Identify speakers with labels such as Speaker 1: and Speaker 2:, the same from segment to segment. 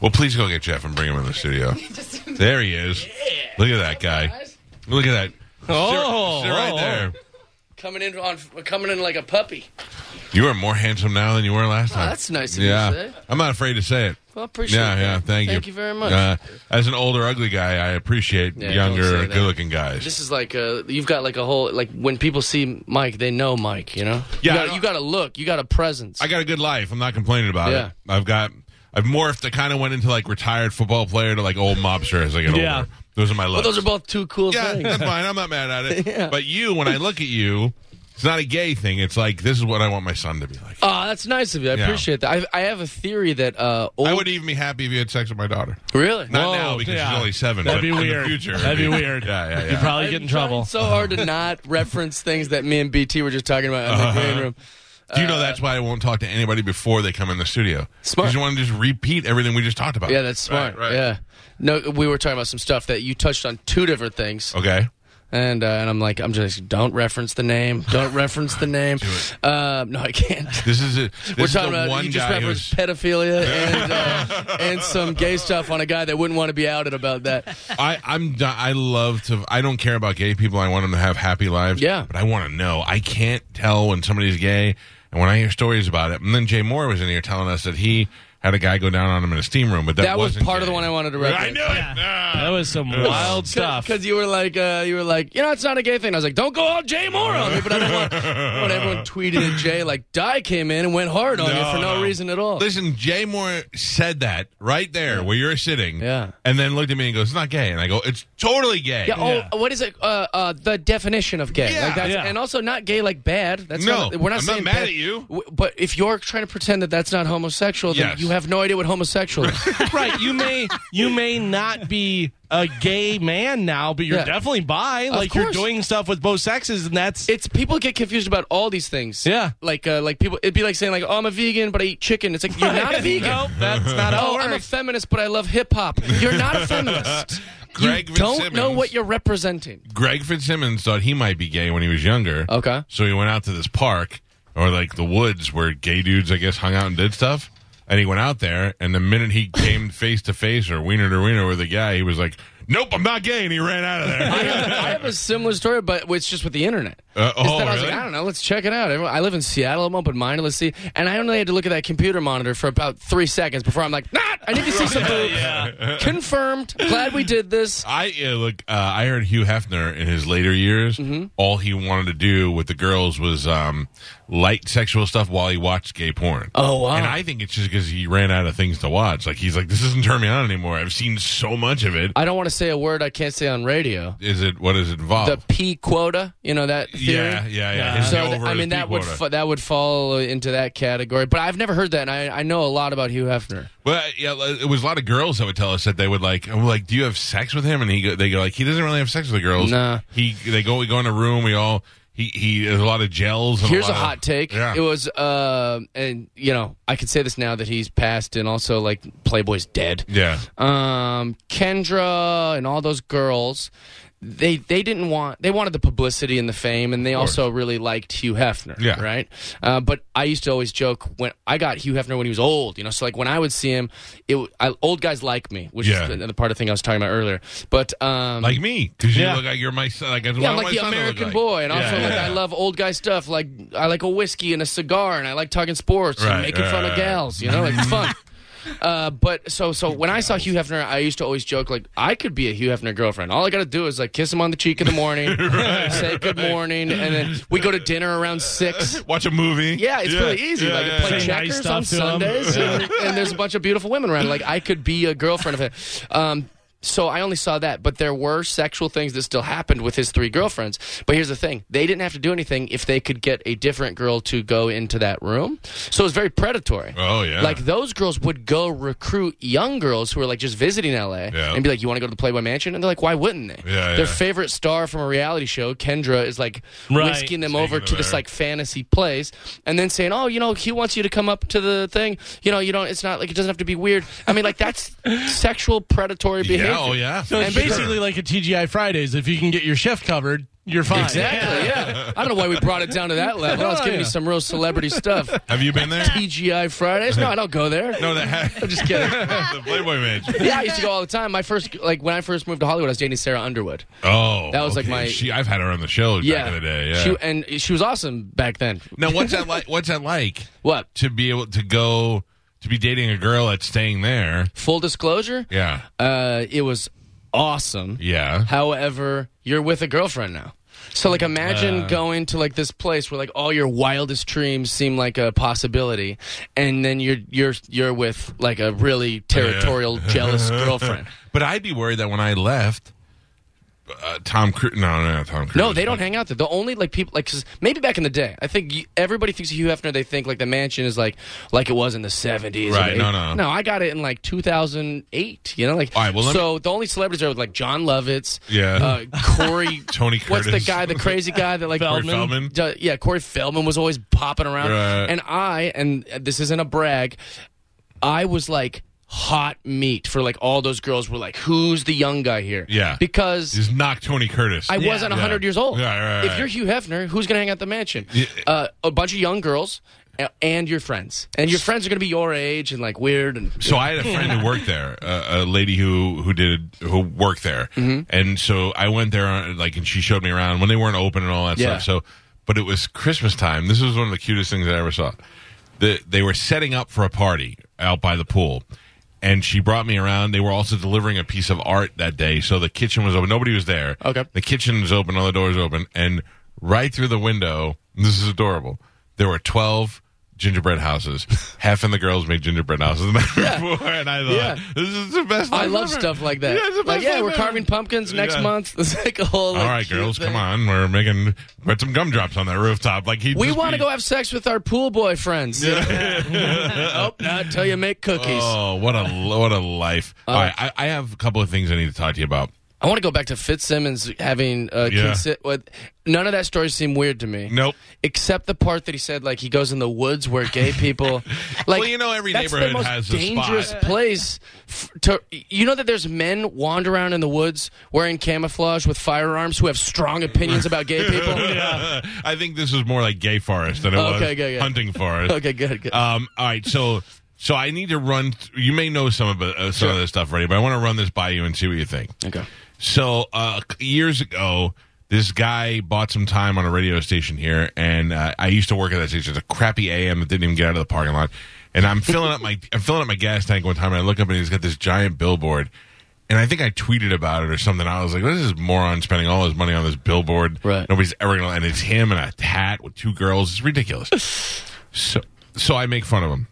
Speaker 1: Well, please go get Jeff and bring him in the studio. There he is. Look at that guy. Look at that.
Speaker 2: Oh,
Speaker 1: Sit- sit right
Speaker 2: oh,
Speaker 1: there.
Speaker 3: coming in on coming in like a puppy.
Speaker 1: You are more handsome now than you were last time.
Speaker 3: Oh, that's nice of you to
Speaker 1: yeah.
Speaker 3: say.
Speaker 1: I'm not afraid to say it.
Speaker 3: Well, I appreciate
Speaker 1: yeah,
Speaker 3: that.
Speaker 1: yeah. Thank you.
Speaker 3: Thank you very much.
Speaker 1: Uh, as an older, ugly guy, I appreciate
Speaker 3: Yeah, don't say
Speaker 1: younger,
Speaker 3: that.
Speaker 1: good-looking guys.
Speaker 3: This is like uh you've got like a whole like when people see Mike, they know Mike. You know,
Speaker 1: Yeah,
Speaker 3: You
Speaker 1: I
Speaker 3: got,
Speaker 1: don't-
Speaker 3: you got a look, you got a presence.
Speaker 1: I got a good life. I'm not complaining about
Speaker 3: Yeah.
Speaker 1: it. I've got. I've morphed. I kind of went into like retired football player to like old mobster as I get
Speaker 2: Yeah.
Speaker 1: older. Those are my looks.
Speaker 3: but those are both two cool
Speaker 1: Yeah,
Speaker 3: things.
Speaker 1: that's fine. I'm not mad at it.
Speaker 3: Yeah.
Speaker 1: But you, when I look at you, it's not a gay thing. It's like this is what I want my son to be like.
Speaker 3: Oh, that's nice of you. I
Speaker 1: Yeah.
Speaker 3: appreciate that. I, I have a theory that uh, old,
Speaker 1: I would even be happy if you had sex with my daughter.
Speaker 3: really
Speaker 1: Not
Speaker 2: Whoa,
Speaker 1: now because
Speaker 2: yeah.
Speaker 1: she's only seven.
Speaker 2: That'd
Speaker 1: but
Speaker 2: be
Speaker 1: in the
Speaker 2: weird.
Speaker 1: future, it'd
Speaker 2: That'd be
Speaker 1: be-
Speaker 2: weird.
Speaker 1: Yeah, yeah, yeah.
Speaker 2: You'd probably get
Speaker 3: I'm
Speaker 2: in trouble.
Speaker 3: trying So hard to not reference things that me and BT were just talking about in
Speaker 1: Uh-huh.
Speaker 3: the green room.
Speaker 1: Do you know that's why I won't talk to anybody before they come in the studio?
Speaker 3: Smart.
Speaker 1: Because you want to just repeat everything we just talked about.
Speaker 3: Yeah, that's smart.
Speaker 1: Right, right.
Speaker 3: Yeah, no, we were talking about some stuff that you touched on two different things.
Speaker 1: Okay.
Speaker 3: And uh, and I'm like, I'm just don't reference the name. Don't reference the name. Uh, no, I can't.
Speaker 1: This is it. This
Speaker 3: We're
Speaker 1: is the
Speaker 3: talking about
Speaker 1: one
Speaker 3: you just
Speaker 1: guy
Speaker 3: referenced
Speaker 1: who's-
Speaker 3: pedophilia and uh, and some gay stuff on a guy that wouldn't want to be outed about that.
Speaker 1: I, I'm. di- I love to. I don't care about gay people. I want them to have happy lives.
Speaker 3: Yeah.
Speaker 1: But I want to know. I can't tell when somebody's gay, and when I hear stories about it. And then Jay Moore was in here telling us that he had a guy go down on him in a steam room, but that,
Speaker 3: That was
Speaker 1: wasn't
Speaker 3: part of
Speaker 1: gay.
Speaker 3: the one I wanted to
Speaker 1: I
Speaker 3: reference.
Speaker 1: knew it. Ah.
Speaker 2: That was some wild stuff.
Speaker 3: Because you were like, uh, you were like, you know, it's not a gay thing. I was like, don't go all Jay Moore on me. But I don't want, I don't want everyone tweeted at Jay like, Die came in and went hard on you for no, reason at all.
Speaker 1: Listen, Jay Moore said that right there where you're sitting.
Speaker 3: Yeah.
Speaker 1: And then looked at me and goes, "It's not gay," and I go, "It's totally gay."
Speaker 3: Yeah,
Speaker 2: Yeah.
Speaker 3: Oh, what is it? Uh, uh, the definition of gay.
Speaker 1: Yeah.
Speaker 3: Like that's,
Speaker 2: Yeah.
Speaker 3: And also not gay like bad. That's
Speaker 1: No,
Speaker 3: not, we're not
Speaker 1: I'm not
Speaker 3: saying
Speaker 1: mad
Speaker 3: bad.
Speaker 1: at you.
Speaker 3: W- But if you're trying to pretend that that's not homosexual, then
Speaker 1: Yes.
Speaker 3: you have no idea what homosexual is.
Speaker 2: right. You may you may not be a gay man now, but you're
Speaker 3: Yeah.
Speaker 2: definitely bi. Like you're
Speaker 3: course.
Speaker 2: doing stuff with both sexes, and that's
Speaker 3: it's people get confused about all these things.
Speaker 2: Yeah.
Speaker 3: Like uh, like people, it'd be like saying like, oh, I'm a vegan, but I eat chicken. It's like you're not a vegan.
Speaker 2: Nope, that's not how
Speaker 3: Oh,
Speaker 2: it
Speaker 3: I'm a
Speaker 2: works.
Speaker 3: feminist, but I love hip hop. You're not a feminist.
Speaker 1: Greg
Speaker 3: you don't know
Speaker 1: Fitzsimmons-
Speaker 3: what you're representing.
Speaker 1: Greg Fitzsimmons thought he might be gay when he was younger.
Speaker 3: Okay.
Speaker 1: So he went out to this park or like the woods where gay dudes, I guess, hung out and did stuff. And he went out there, and the minute he came face to face or wiener to wiener with a guy, he was like, "Nope, I'm not gay," and he ran out of
Speaker 3: I
Speaker 1: there.
Speaker 3: have, I have a similar story, but it's just with the internet.
Speaker 1: Uh, oh,
Speaker 3: Instead, I was
Speaker 1: really?
Speaker 3: like, I don't know, let's check it out. Everyone- I live in Seattle. I'm open minded. Let's see. And I only had to look at that computer monitor for about three seconds before I'm like, nah, I need to see some boobs. Confirmed. Glad we did this.
Speaker 1: I yeah, look. Uh, I heard Hugh Hefner in his later years,
Speaker 3: Mm-hmm.
Speaker 1: all he wanted to do with the girls was um, light sexual stuff while he watched gay porn.
Speaker 3: Oh, wow.
Speaker 1: And I think it's just because he ran out of things to watch. Like he's like, this doesn't turn me on anymore. I've seen so much of it.
Speaker 3: I don't want to say a word I can't say on radio.
Speaker 1: is it what is it involved?
Speaker 3: The P quota, you know that theory.
Speaker 1: Oh. yeah, yeah, yeah. His
Speaker 3: So
Speaker 1: over
Speaker 3: th- I
Speaker 1: his
Speaker 3: mean that
Speaker 1: peak
Speaker 3: would
Speaker 1: quota.
Speaker 3: fa- that would fall into that category, but I've never heard that. And I, I know a lot about Hugh Hefner.
Speaker 1: well, yeah, li- it was a lot of girls that would tell us that they would like. I'm like, do you have sex with him? And he go, they go like, he doesn't really have sex with the girls.
Speaker 3: Nah.
Speaker 1: He they go we go in a room. We all he he. There's a lot of gels. And
Speaker 3: Here's
Speaker 1: lot
Speaker 3: a hot
Speaker 1: of,
Speaker 3: take.
Speaker 1: Yeah.
Speaker 3: It was, uh, and you know, I could say this now that he's passed, and also like Playboy's dead.
Speaker 1: yeah.
Speaker 3: Um, Kendra and all those girls, they they didn't want they wanted the publicity and the fame, and they also really liked Hugh Hefner.
Speaker 1: Yeah.
Speaker 3: right. Uh, but I used to always joke when I got Hugh Hefner when he was old. You know, so like when I would see him, it w- I, old guys like me, which
Speaker 1: Yeah.
Speaker 3: is the, the part of the thing I was talking about earlier. But um,
Speaker 1: Like me, because you
Speaker 2: Yeah.
Speaker 1: look like you're my son. Like,
Speaker 3: yeah, I'm like the American boy, and also like I love old guy stuff. Like I like a whiskey and a cigar, and I like talking sports
Speaker 1: Right,
Speaker 3: and making
Speaker 1: right,
Speaker 3: fun
Speaker 1: right,
Speaker 3: of
Speaker 1: right.
Speaker 3: gals. You know, it's fun. Uh, but so so when I saw Hugh Hefner, I used to always joke like I could be a Hugh Hefner girlfriend. All I got to do is like kiss him on the cheek in the morning, say good morning, and then we go to dinner around six.
Speaker 1: Watch a movie.
Speaker 3: Yeah, it's really easy. like
Speaker 1: yeah,
Speaker 3: play
Speaker 1: yeah.
Speaker 2: Say nice
Speaker 3: checkers
Speaker 2: stuff
Speaker 3: on
Speaker 2: to 'em.
Speaker 3: Sundays, and, and there's a bunch of beautiful women around. Like I could be a girlfriend of it. Um, So I only saw that, but there were sexual things that still happened with his three girlfriends. But here's the thing: they didn't have to do anything if they could get a different girl to go into that room. So it was very predatory.
Speaker 1: Oh, yeah.
Speaker 3: Like those girls would go recruit young girls who were like just visiting LA
Speaker 1: Yeah.
Speaker 3: and be like, "You want to go to the Playboy Mansion?" And they're like, "Why wouldn't they?"
Speaker 1: Yeah,
Speaker 3: Their
Speaker 1: yeah.
Speaker 3: favorite star from a reality show, Kendra, is like
Speaker 2: Right.
Speaker 3: whisking them
Speaker 1: Taking
Speaker 3: over
Speaker 1: them
Speaker 3: to this
Speaker 1: there.
Speaker 3: like fantasy place and then saying, "Oh, you know, he wants you to come up to the thing. You know, you don't. It's not like it doesn't have to be weird. I mean, like that's sexual predatory behavior.
Speaker 1: Yeah, oh yeah.
Speaker 2: So it's
Speaker 3: And sure.
Speaker 2: basically like a TGI Fridays. If you can get your chef covered, you're fine.
Speaker 3: Exactly. Yeah. I don't know why we brought it down to that level. I was
Speaker 1: Oh,
Speaker 3: giving you
Speaker 2: Yeah.
Speaker 3: some real celebrity stuff.
Speaker 1: Have you been there?
Speaker 3: TGI Fridays? No, I don't go there.
Speaker 1: no, that
Speaker 3: I'm just kidding.
Speaker 1: the Playboy Mansion.
Speaker 3: Yeah, I used to go all the time. My first, like when I first moved to Hollywood, I was dating Sarah Underwood.
Speaker 1: Oh,
Speaker 3: That was like
Speaker 1: okay.
Speaker 3: my-
Speaker 1: She, I've had her on the show
Speaker 3: Yeah,
Speaker 1: back in the day. Yeah.
Speaker 3: She, and she was awesome back then.
Speaker 1: now, what's that like? What's that like
Speaker 3: What?
Speaker 1: to be able to go to be dating a girl that's staying there?
Speaker 3: Full disclosure,
Speaker 1: Yeah,
Speaker 3: uh, it was awesome.
Speaker 1: yeah.
Speaker 3: However, you're with a girlfriend now. So like imagine going to like this place where like all your wildest dreams seem like a possibility and then you're you're you're with like a really territorial jealous girlfriend.
Speaker 1: But I'd be worried that when I left, uh, Tom Cruise. No, no, no, Tom Cruise.
Speaker 3: No, they don't hang out there. The only like people like 'cause maybe back in the day. I think you, everybody thinks of Hugh Hefner they think like the mansion is like like it was in the 70s. and
Speaker 1: Right, no,
Speaker 3: 80s.
Speaker 1: no.
Speaker 3: No, I got it in like 2008, you know like
Speaker 1: All right, well, let
Speaker 3: So the only celebrities are like John Lovitz,
Speaker 1: Yeah.
Speaker 3: uh, Corey
Speaker 1: Tony
Speaker 3: What's the
Speaker 1: Curtis.
Speaker 3: guy, the crazy guy that like
Speaker 1: Corey Feldman.
Speaker 3: D- yeah, Corey Feldman was always popping around.
Speaker 1: Right.
Speaker 3: And I, and this isn't a brag, I was like hot meat for like all those girls were like, who's the young guy here?
Speaker 1: Yeah.
Speaker 3: Because
Speaker 1: Just knock Tony Curtis.
Speaker 3: I wasn't
Speaker 1: Yeah.
Speaker 3: 100 years old.
Speaker 1: Yeah, right, right.
Speaker 3: If you're Hugh Hefner, who's going to hang out at the mansion? Uh, a bunch of young girls a- and your friends. And your friends are going to be your age and like weird and.
Speaker 1: So I had a friend who worked there, uh, a lady who who did who worked there, and so I went there on, like, and she showed me around when they weren't open and all that
Speaker 3: Yeah.
Speaker 1: stuff. So, but it was Christmas time. This was one of the cutest things I ever saw. The, they were setting up for a party out by the pool, and she brought me around. They were also delivering a piece of art that day, so the kitchen was open. Nobody was there.
Speaker 3: Okay.
Speaker 1: the kitchen was open, all the doors open, and right through the window. This is adorable. There were twelve gingerbread houses. Half of the girls made gingerbread houses the night before, and I thought
Speaker 3: Yeah.
Speaker 1: this is the best.
Speaker 3: I
Speaker 1: life
Speaker 3: love
Speaker 1: ever."
Speaker 3: stuff like that.
Speaker 1: Yeah, it's the
Speaker 3: like,
Speaker 1: best
Speaker 3: yeah,
Speaker 1: life
Speaker 3: we're
Speaker 1: ever.
Speaker 3: carving pumpkins next
Speaker 1: Yeah.
Speaker 3: month. It's like a whole. Like,
Speaker 1: All right,
Speaker 3: cute
Speaker 1: girls, come
Speaker 3: thing.
Speaker 1: on. We're making put some gumdrops on that rooftop. Like he,
Speaker 3: We want to go have sex with our pool boy friends. oh, not till you make cookies.
Speaker 1: Oh, what a what a life!
Speaker 3: Uh,
Speaker 1: All right, I, I have a couple of things I need to talk to you about.
Speaker 3: I want to go back to Fitzsimmons having uh,
Speaker 1: Yeah.
Speaker 3: consi- what, none of that story seemed weird to me.
Speaker 1: Nope.
Speaker 3: except the part that he said like he goes in the woods where gay people like
Speaker 1: Well, you know, every
Speaker 3: that's
Speaker 1: neighborhood
Speaker 3: the most
Speaker 1: has a
Speaker 3: dangerous
Speaker 1: spot.
Speaker 3: place f- to you know that there's men wander around in the woods wearing camouflage with firearms who have strong opinions about gay people.
Speaker 1: I think this is more like gay forest than it
Speaker 3: Uh. Okay,
Speaker 1: was
Speaker 3: good, good.
Speaker 1: hunting forest.
Speaker 3: Okay, good, good.
Speaker 1: Um, all right, so so I need to run. Th- you may know some of it- uh, some of this stuff already, but I want to run this by you and see what you think.
Speaker 3: okay.
Speaker 1: So uh, years ago, this guy bought some time on a radio station here, and uh, I used to work at that station. It's a crappy AM that didn't even get out of the parking lot. And I'm filling up my I'm filling up my gas tank one time, and I look up and he's got this giant billboard. And I think I tweeted about it or something. I was like, "This is moron spending all his money on this billboard.
Speaker 3: Right.
Speaker 1: Nobody's ever gonna." And it's him in a hat with two girls. It's ridiculous. so, so I make fun of him.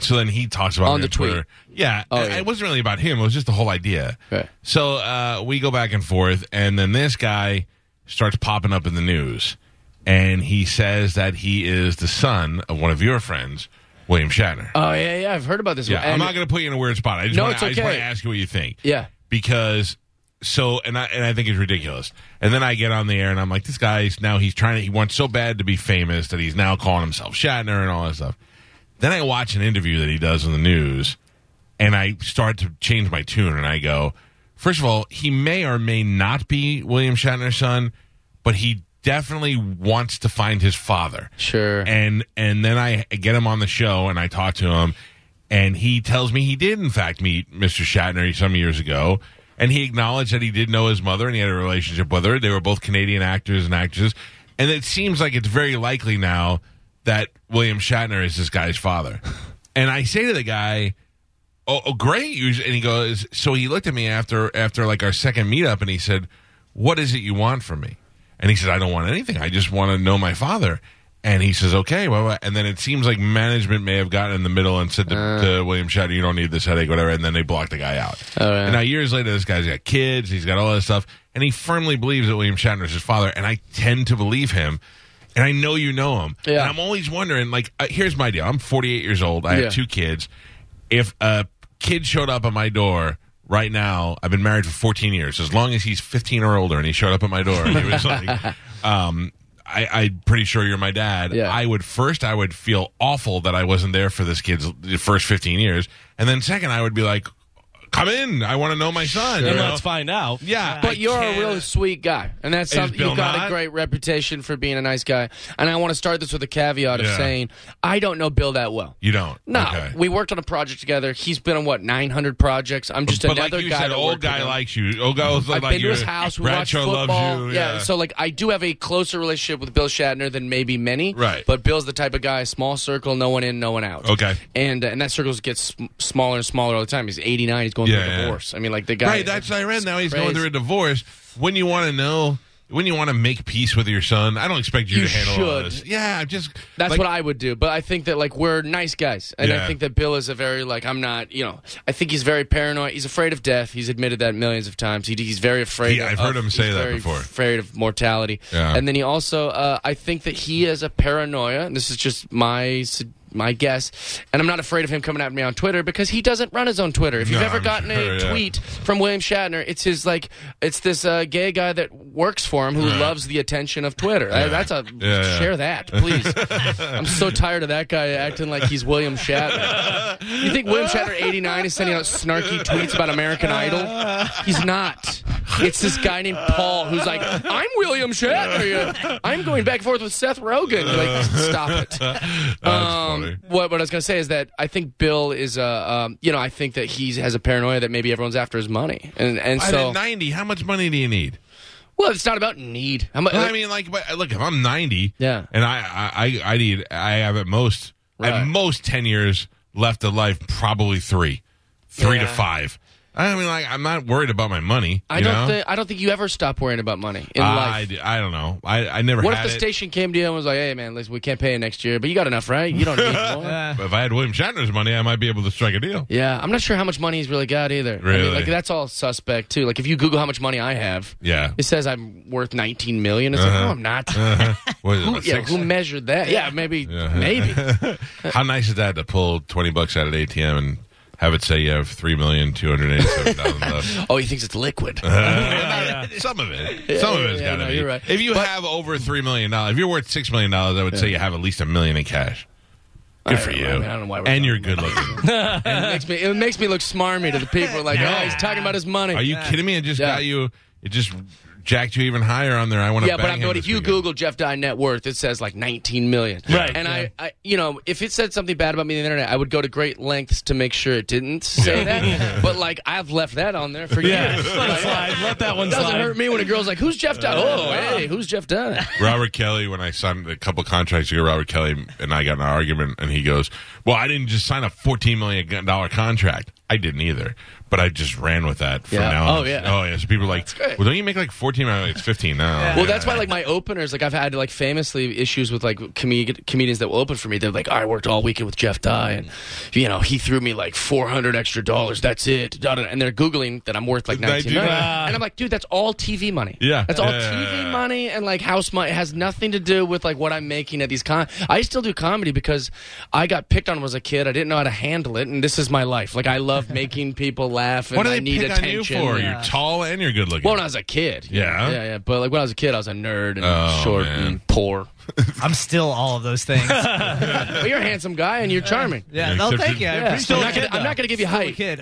Speaker 1: So then he talks about
Speaker 3: On
Speaker 1: me
Speaker 3: the tweet.
Speaker 1: Twitter. Yeah,
Speaker 3: Oh,
Speaker 1: and
Speaker 3: yeah.
Speaker 1: it wasn't really about him. It was just the whole idea.
Speaker 3: Right.
Speaker 1: So uh, we go back and forth, and then this guy starts popping up in the news, and he says that he is the son of one of your friends, William Shatner.
Speaker 3: Oh yeah, yeah. I've heard about this.
Speaker 1: yeah,
Speaker 3: one.
Speaker 1: I'm
Speaker 3: And-
Speaker 1: not going to put you in a weird spot. I just
Speaker 3: No,
Speaker 1: want
Speaker 3: it's
Speaker 1: to
Speaker 3: okay.
Speaker 1: ask you what you think.
Speaker 3: Yeah.
Speaker 1: because so and I and I think it's ridiculous. And then I get on the air, and I'm like, this guy's now he's trying to he wants so bad to be famous that he's now calling himself Shatner and all that stuff. Then I watch an interview that he does in the news, and I start to change my tune. And I go, first of all, he may or may not be William Shatner's son, but he definitely wants to find his father.
Speaker 3: Sure.
Speaker 1: And and then I get him on the show, and I talk to him, and he tells me he did in fact meet Mr. Shatner some years ago. And he acknowledged that he did know his mother and he had a relationship with her. They were both Canadian actors and actresses. And it seems like it's very likely now that William Shatner is this guy's father. And I say to the guy, oh, oh great You- and he goes so he looked at me after after like our second meetup and he said what is it you want from me and he said i don't want anything i just want to know my father And he says, okay. Well, well," and then it seems like management may have gotten in the middle and said to, to William Shatner, you don't need this headache, whatever. And then they blocked the guy out. And now, years later, this guy's got kids, he's got all this stuff, and he firmly believes that William Shatner is his father. And I tend to believe him. And I know you know him.
Speaker 3: Yeah.
Speaker 1: And I'm always wondering, like, uh, here's my deal. I'm 48 years old. I
Speaker 3: Yeah.
Speaker 1: have two kids. If a kid showed up at my door right now, I've been married for 14 years. As long as he's 15 or older, and he showed up at my door, and he was like, um, I, I'm pretty sure you're my dad.
Speaker 3: Yeah.
Speaker 1: I would first, I would feel awful that I wasn't there for this kid's first 15 years, and then second, I would be like, come in, I want to know my son. you
Speaker 2: And
Speaker 1: know?
Speaker 2: let's find out.
Speaker 1: yeah, I
Speaker 3: But you're a
Speaker 1: can't-
Speaker 3: real sweet guy, and that's something
Speaker 1: Bill
Speaker 3: you've got
Speaker 1: not?
Speaker 3: a great reputation for being a nice guy. And I want to start this with a caveat of
Speaker 1: Yeah.
Speaker 3: saying I don't know Bill that well.
Speaker 1: You don't.
Speaker 3: No,
Speaker 1: Okay.
Speaker 3: we worked on a project together. He's been on what 900 projects. I'm just
Speaker 1: but
Speaker 3: another
Speaker 1: like you
Speaker 3: guy.
Speaker 1: said,
Speaker 3: that
Speaker 1: old
Speaker 3: worked with
Speaker 1: guy
Speaker 3: him.
Speaker 1: likes you. Old guy was
Speaker 3: I've
Speaker 1: like
Speaker 3: been to
Speaker 1: your-
Speaker 3: his house. We watch
Speaker 1: Bradshaw
Speaker 3: football.
Speaker 1: loves you. Yeah.
Speaker 3: so like I do have a closer relationship with Bill Shatner than maybe many.
Speaker 1: Right.
Speaker 3: But Bill's the type of guy, small circle, no one in, no one out.
Speaker 1: Okay.
Speaker 3: And uh, and that circle gets sm- smaller and smaller all the time. He's 89. He's going
Speaker 1: Yeah,
Speaker 3: through a
Speaker 1: yeah.
Speaker 3: divorce. I mean, like the guy.
Speaker 1: right, that's what I read. Now he's going
Speaker 3: crazy.
Speaker 1: through a divorce. When you want to know, when you want to make peace with your son, I don't expect you,
Speaker 3: You
Speaker 1: to handle all
Speaker 3: should.
Speaker 1: this. Yeah, I'm just
Speaker 3: That's
Speaker 1: like,
Speaker 3: what I would do. But I think that like we're nice guys, and
Speaker 1: Yeah.
Speaker 3: I think that Bill is a very like I'm not. You know, I think he's very paranoid. He's afraid of death. He's admitted that millions of times. He, he's very afraid.
Speaker 1: Yeah,
Speaker 3: of,
Speaker 1: I've heard him say
Speaker 3: he's
Speaker 1: that
Speaker 3: very
Speaker 1: before.
Speaker 3: Afraid of mortality.
Speaker 1: Yeah.
Speaker 3: And then he also, uh, I think that he is a paranoia. And this is just my. su- My guess, and I'm not afraid of him coming at me on Twitter because he doesn't run his own Twitter. If you've
Speaker 1: No,
Speaker 3: ever
Speaker 1: I'm
Speaker 3: gotten
Speaker 1: sure,
Speaker 3: a
Speaker 1: yeah.
Speaker 3: tweet from William Shatner, it's his like, it's this uh, gay guy that works for him who loves the attention of Twitter. Uh, That's a
Speaker 1: Yeah, yeah.
Speaker 3: share that, please. I'm so tired of that guy acting like he's William Shatner. You think William Shatner 89 is sending out snarky tweets about American Idol? He's not. It's this guy named Paul who's like, I'm William Shatner. I'm going back and forth with Seth Rogen. Like, stop it. Um,
Speaker 1: That's funny.
Speaker 3: What, what I was going to say is that I think Bill is a, um, you know, I think that he has a paranoia that maybe everyone's after his money. And, and
Speaker 1: I'm
Speaker 3: so,
Speaker 1: at 90. How much money do you need?
Speaker 3: well, it's not about need. How much,
Speaker 1: Well, I mean, like, but, look, if I'm 90,
Speaker 3: Yeah.
Speaker 1: and I, I, I I need, I have at most, at
Speaker 3: Right.
Speaker 1: most 10 years left of life, probably three, three to
Speaker 3: Yeah.
Speaker 1: five. I mean, like, I'm not worried about my money.
Speaker 3: I
Speaker 1: you
Speaker 3: don't,
Speaker 1: know?
Speaker 3: thi- I don't think you ever stop worrying about money in life.
Speaker 1: I, I don't know. I, I never
Speaker 3: What if
Speaker 1: had
Speaker 3: the
Speaker 1: it.
Speaker 3: station came to you and was like, "Hey, man, listen, we can't pay you next year, but you got enough, right? You don't need more."
Speaker 1: But if I had William Shatner's money, I might be able to strike a deal.
Speaker 3: yeah, I'm not sure how much money he's really got either. I mean,
Speaker 1: Really?
Speaker 3: like that's all suspect too. Like if you Google how much money I have,
Speaker 1: Yeah.
Speaker 3: it says I'm worth 19 million. It's like, no, I'm not.
Speaker 1: What is it,
Speaker 3: who,
Speaker 1: about
Speaker 3: yeah,
Speaker 1: six?
Speaker 3: who measured that? Yeah, maybe, maybe.
Speaker 1: How nice is that to pull twenty bucks out of the ATM and have it say you have three million two hundred eighty-seven thousand left?
Speaker 3: Oh, he thinks it's liquid.
Speaker 1: Uh, Some of it, some of it's
Speaker 3: yeah,
Speaker 1: got to
Speaker 3: no,
Speaker 1: be.
Speaker 3: you're right.
Speaker 1: If you have over three million dollars, if you're worth six million dollars, I would say you have at least a million in cash. Good for
Speaker 3: don't
Speaker 1: you.
Speaker 3: know, I mean, I don't know why
Speaker 1: and
Speaker 3: we're talking
Speaker 1: you're good looking.
Speaker 3: it makes me, it makes me look smarmy to the people. Like, oh, he's talking about his money.
Speaker 1: Are you kidding me? It just
Speaker 3: Yeah.
Speaker 1: got you. It just jacked you even higher on there. I want to.
Speaker 3: Yeah, but I mean, if you Google Jeff Dye net worth, it says like 19 million.
Speaker 2: Right,
Speaker 3: And
Speaker 2: yeah.
Speaker 3: I, I, you know, if it said something bad about me on the internet, I would go to great lengths to make sure it didn't say that. But like, I've left that on there for
Speaker 2: Yeah,
Speaker 3: years.
Speaker 2: let it slide. Let that one
Speaker 3: It doesn't
Speaker 2: slide.
Speaker 3: hurt me when a girl's like, "Who's Jeff Dye?" Oh, hey, who's Jeff Dye?
Speaker 1: Robert Kelly, when I signed a couple contracts ago, Robert Kelly and I got in an argument, and he goes, "Well, I didn't just sign a fourteen million dollar contract. I didn't either, but I just ran with that from
Speaker 3: Yeah.
Speaker 1: now on."
Speaker 3: Oh, yeah.
Speaker 1: oh yeah. So people are like,
Speaker 3: great.
Speaker 1: "Well, don't you make like fourteen? I'm like, It's fifteen now."
Speaker 3: Well, that's why, like, my openers, like, I've had, like, famously issues with, like, com- comedians that will open for me. They're like, I worked all weekend with Jeff Dye, and, you know, he threw me, like, 400 extra dollars. That's it. Da, da, da. And they're Googling that I'm worth, like, 19
Speaker 1: do
Speaker 3: million.
Speaker 1: that.
Speaker 3: And I'm like, dude, that's all TV money.
Speaker 1: Yeah.
Speaker 3: That's all
Speaker 1: Yeah.
Speaker 3: TV money and, like, house money. It has nothing to do with, like, what I'm making at these con. I still do comedy because I got picked on when I was a kid. I didn't know how to handle it, and this is my life. Like, I love making people laugh, and
Speaker 1: what do
Speaker 3: I
Speaker 1: they
Speaker 3: need
Speaker 1: pick
Speaker 3: attention.
Speaker 1: on you for?
Speaker 2: Yeah.
Speaker 1: You're tall and you're good looking.
Speaker 3: Well, when I was a kid.
Speaker 1: Yeah?
Speaker 3: Yeah, yeah. But like when I was a kid, I was a nerd and
Speaker 1: Oh,
Speaker 3: short
Speaker 1: man.
Speaker 3: and poor.
Speaker 4: I'm still all of those things. yeah,
Speaker 3: but you're a handsome guy and you're charming.
Speaker 4: no,
Speaker 1: except
Speaker 4: thank
Speaker 1: you-
Speaker 4: you. I
Speaker 3: Yeah,
Speaker 4: appreciate
Speaker 3: still a
Speaker 4: that,
Speaker 3: kid, I'm
Speaker 4: though.
Speaker 3: not gonna give you
Speaker 4: Still a
Speaker 3: height.
Speaker 4: kid.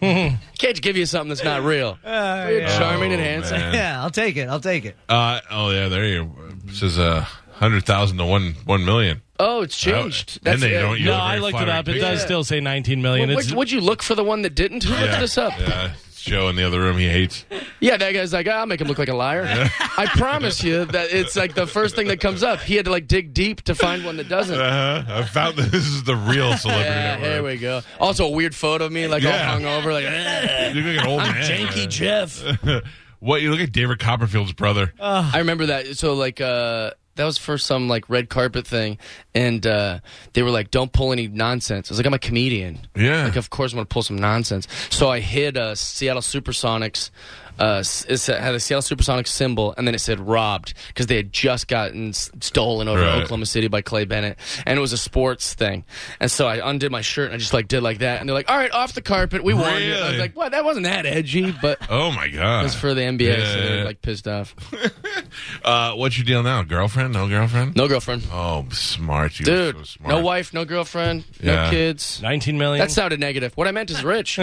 Speaker 3: Can't just give you something that's not real. But you're charming and
Speaker 1: Oh,
Speaker 3: handsome.
Speaker 1: man.
Speaker 4: yeah, I'll take it. I'll take it.
Speaker 1: Uh, oh yeah, there you. It says uh, hundred thousand to one one million.
Speaker 3: Oh, it's changed.
Speaker 1: Oh, and they
Speaker 3: it.
Speaker 1: don't use
Speaker 2: No,
Speaker 1: You're
Speaker 2: I
Speaker 1: very
Speaker 2: looked it
Speaker 1: flattering.
Speaker 2: up. It does
Speaker 3: Yeah.
Speaker 2: still say 19 million.
Speaker 3: Well,
Speaker 2: it's,
Speaker 3: would, would you look for the one that didn't? Who looked this up? Yeah.
Speaker 1: Yeah, it's Joe in the other room, he hates.
Speaker 3: that guy's like, I'll make him look like a liar. I promise you that it's like the first thing that comes up. He had to like dig deep to find one that doesn't.
Speaker 1: Uh-huh. I found this is the real celebrity.
Speaker 3: yeah, here
Speaker 1: network.
Speaker 3: we go. Also, a weird photo of me, like
Speaker 1: Yeah.
Speaker 3: all hungover, like "Ugh."
Speaker 1: You look like an old man.
Speaker 3: janky Jeff.
Speaker 1: what you look at David Copperfield's brother.
Speaker 3: I remember that. So like uh that was for some like red carpet thing, and uh, they were like, "Don't pull any nonsense." I was like, "I'm a comedian."
Speaker 1: Yeah.
Speaker 3: Like, of course, I'm gonna pull some nonsense. So I hid uh, Seattle Supersonics. Uh, s- it said- had a Seattle Supersonics symbol, and then it said "robbed" because they had just gotten s- stolen over
Speaker 1: Right.
Speaker 3: Oklahoma City by Clay Bennett, and it was a sports thing. And so I undid my shirt and I just like did like that, and they're like, "All right, off the carpet, we warned you." And I
Speaker 1: Really?
Speaker 3: was like, "What? That wasn't that edgy, but."
Speaker 1: Oh my god.
Speaker 3: It's for the NBA, so
Speaker 1: Yeah.
Speaker 3: they're like pissed off.
Speaker 1: uh, what's your deal now? Girlfriend? No girlfriend?
Speaker 3: No girlfriend.
Speaker 1: Oh, smart. You
Speaker 3: Dude,
Speaker 1: Were so smart.
Speaker 3: no wife, no girlfriend,
Speaker 1: Yeah.
Speaker 3: no kids.
Speaker 2: 19 million.
Speaker 3: That sounded negative. What I meant is rich.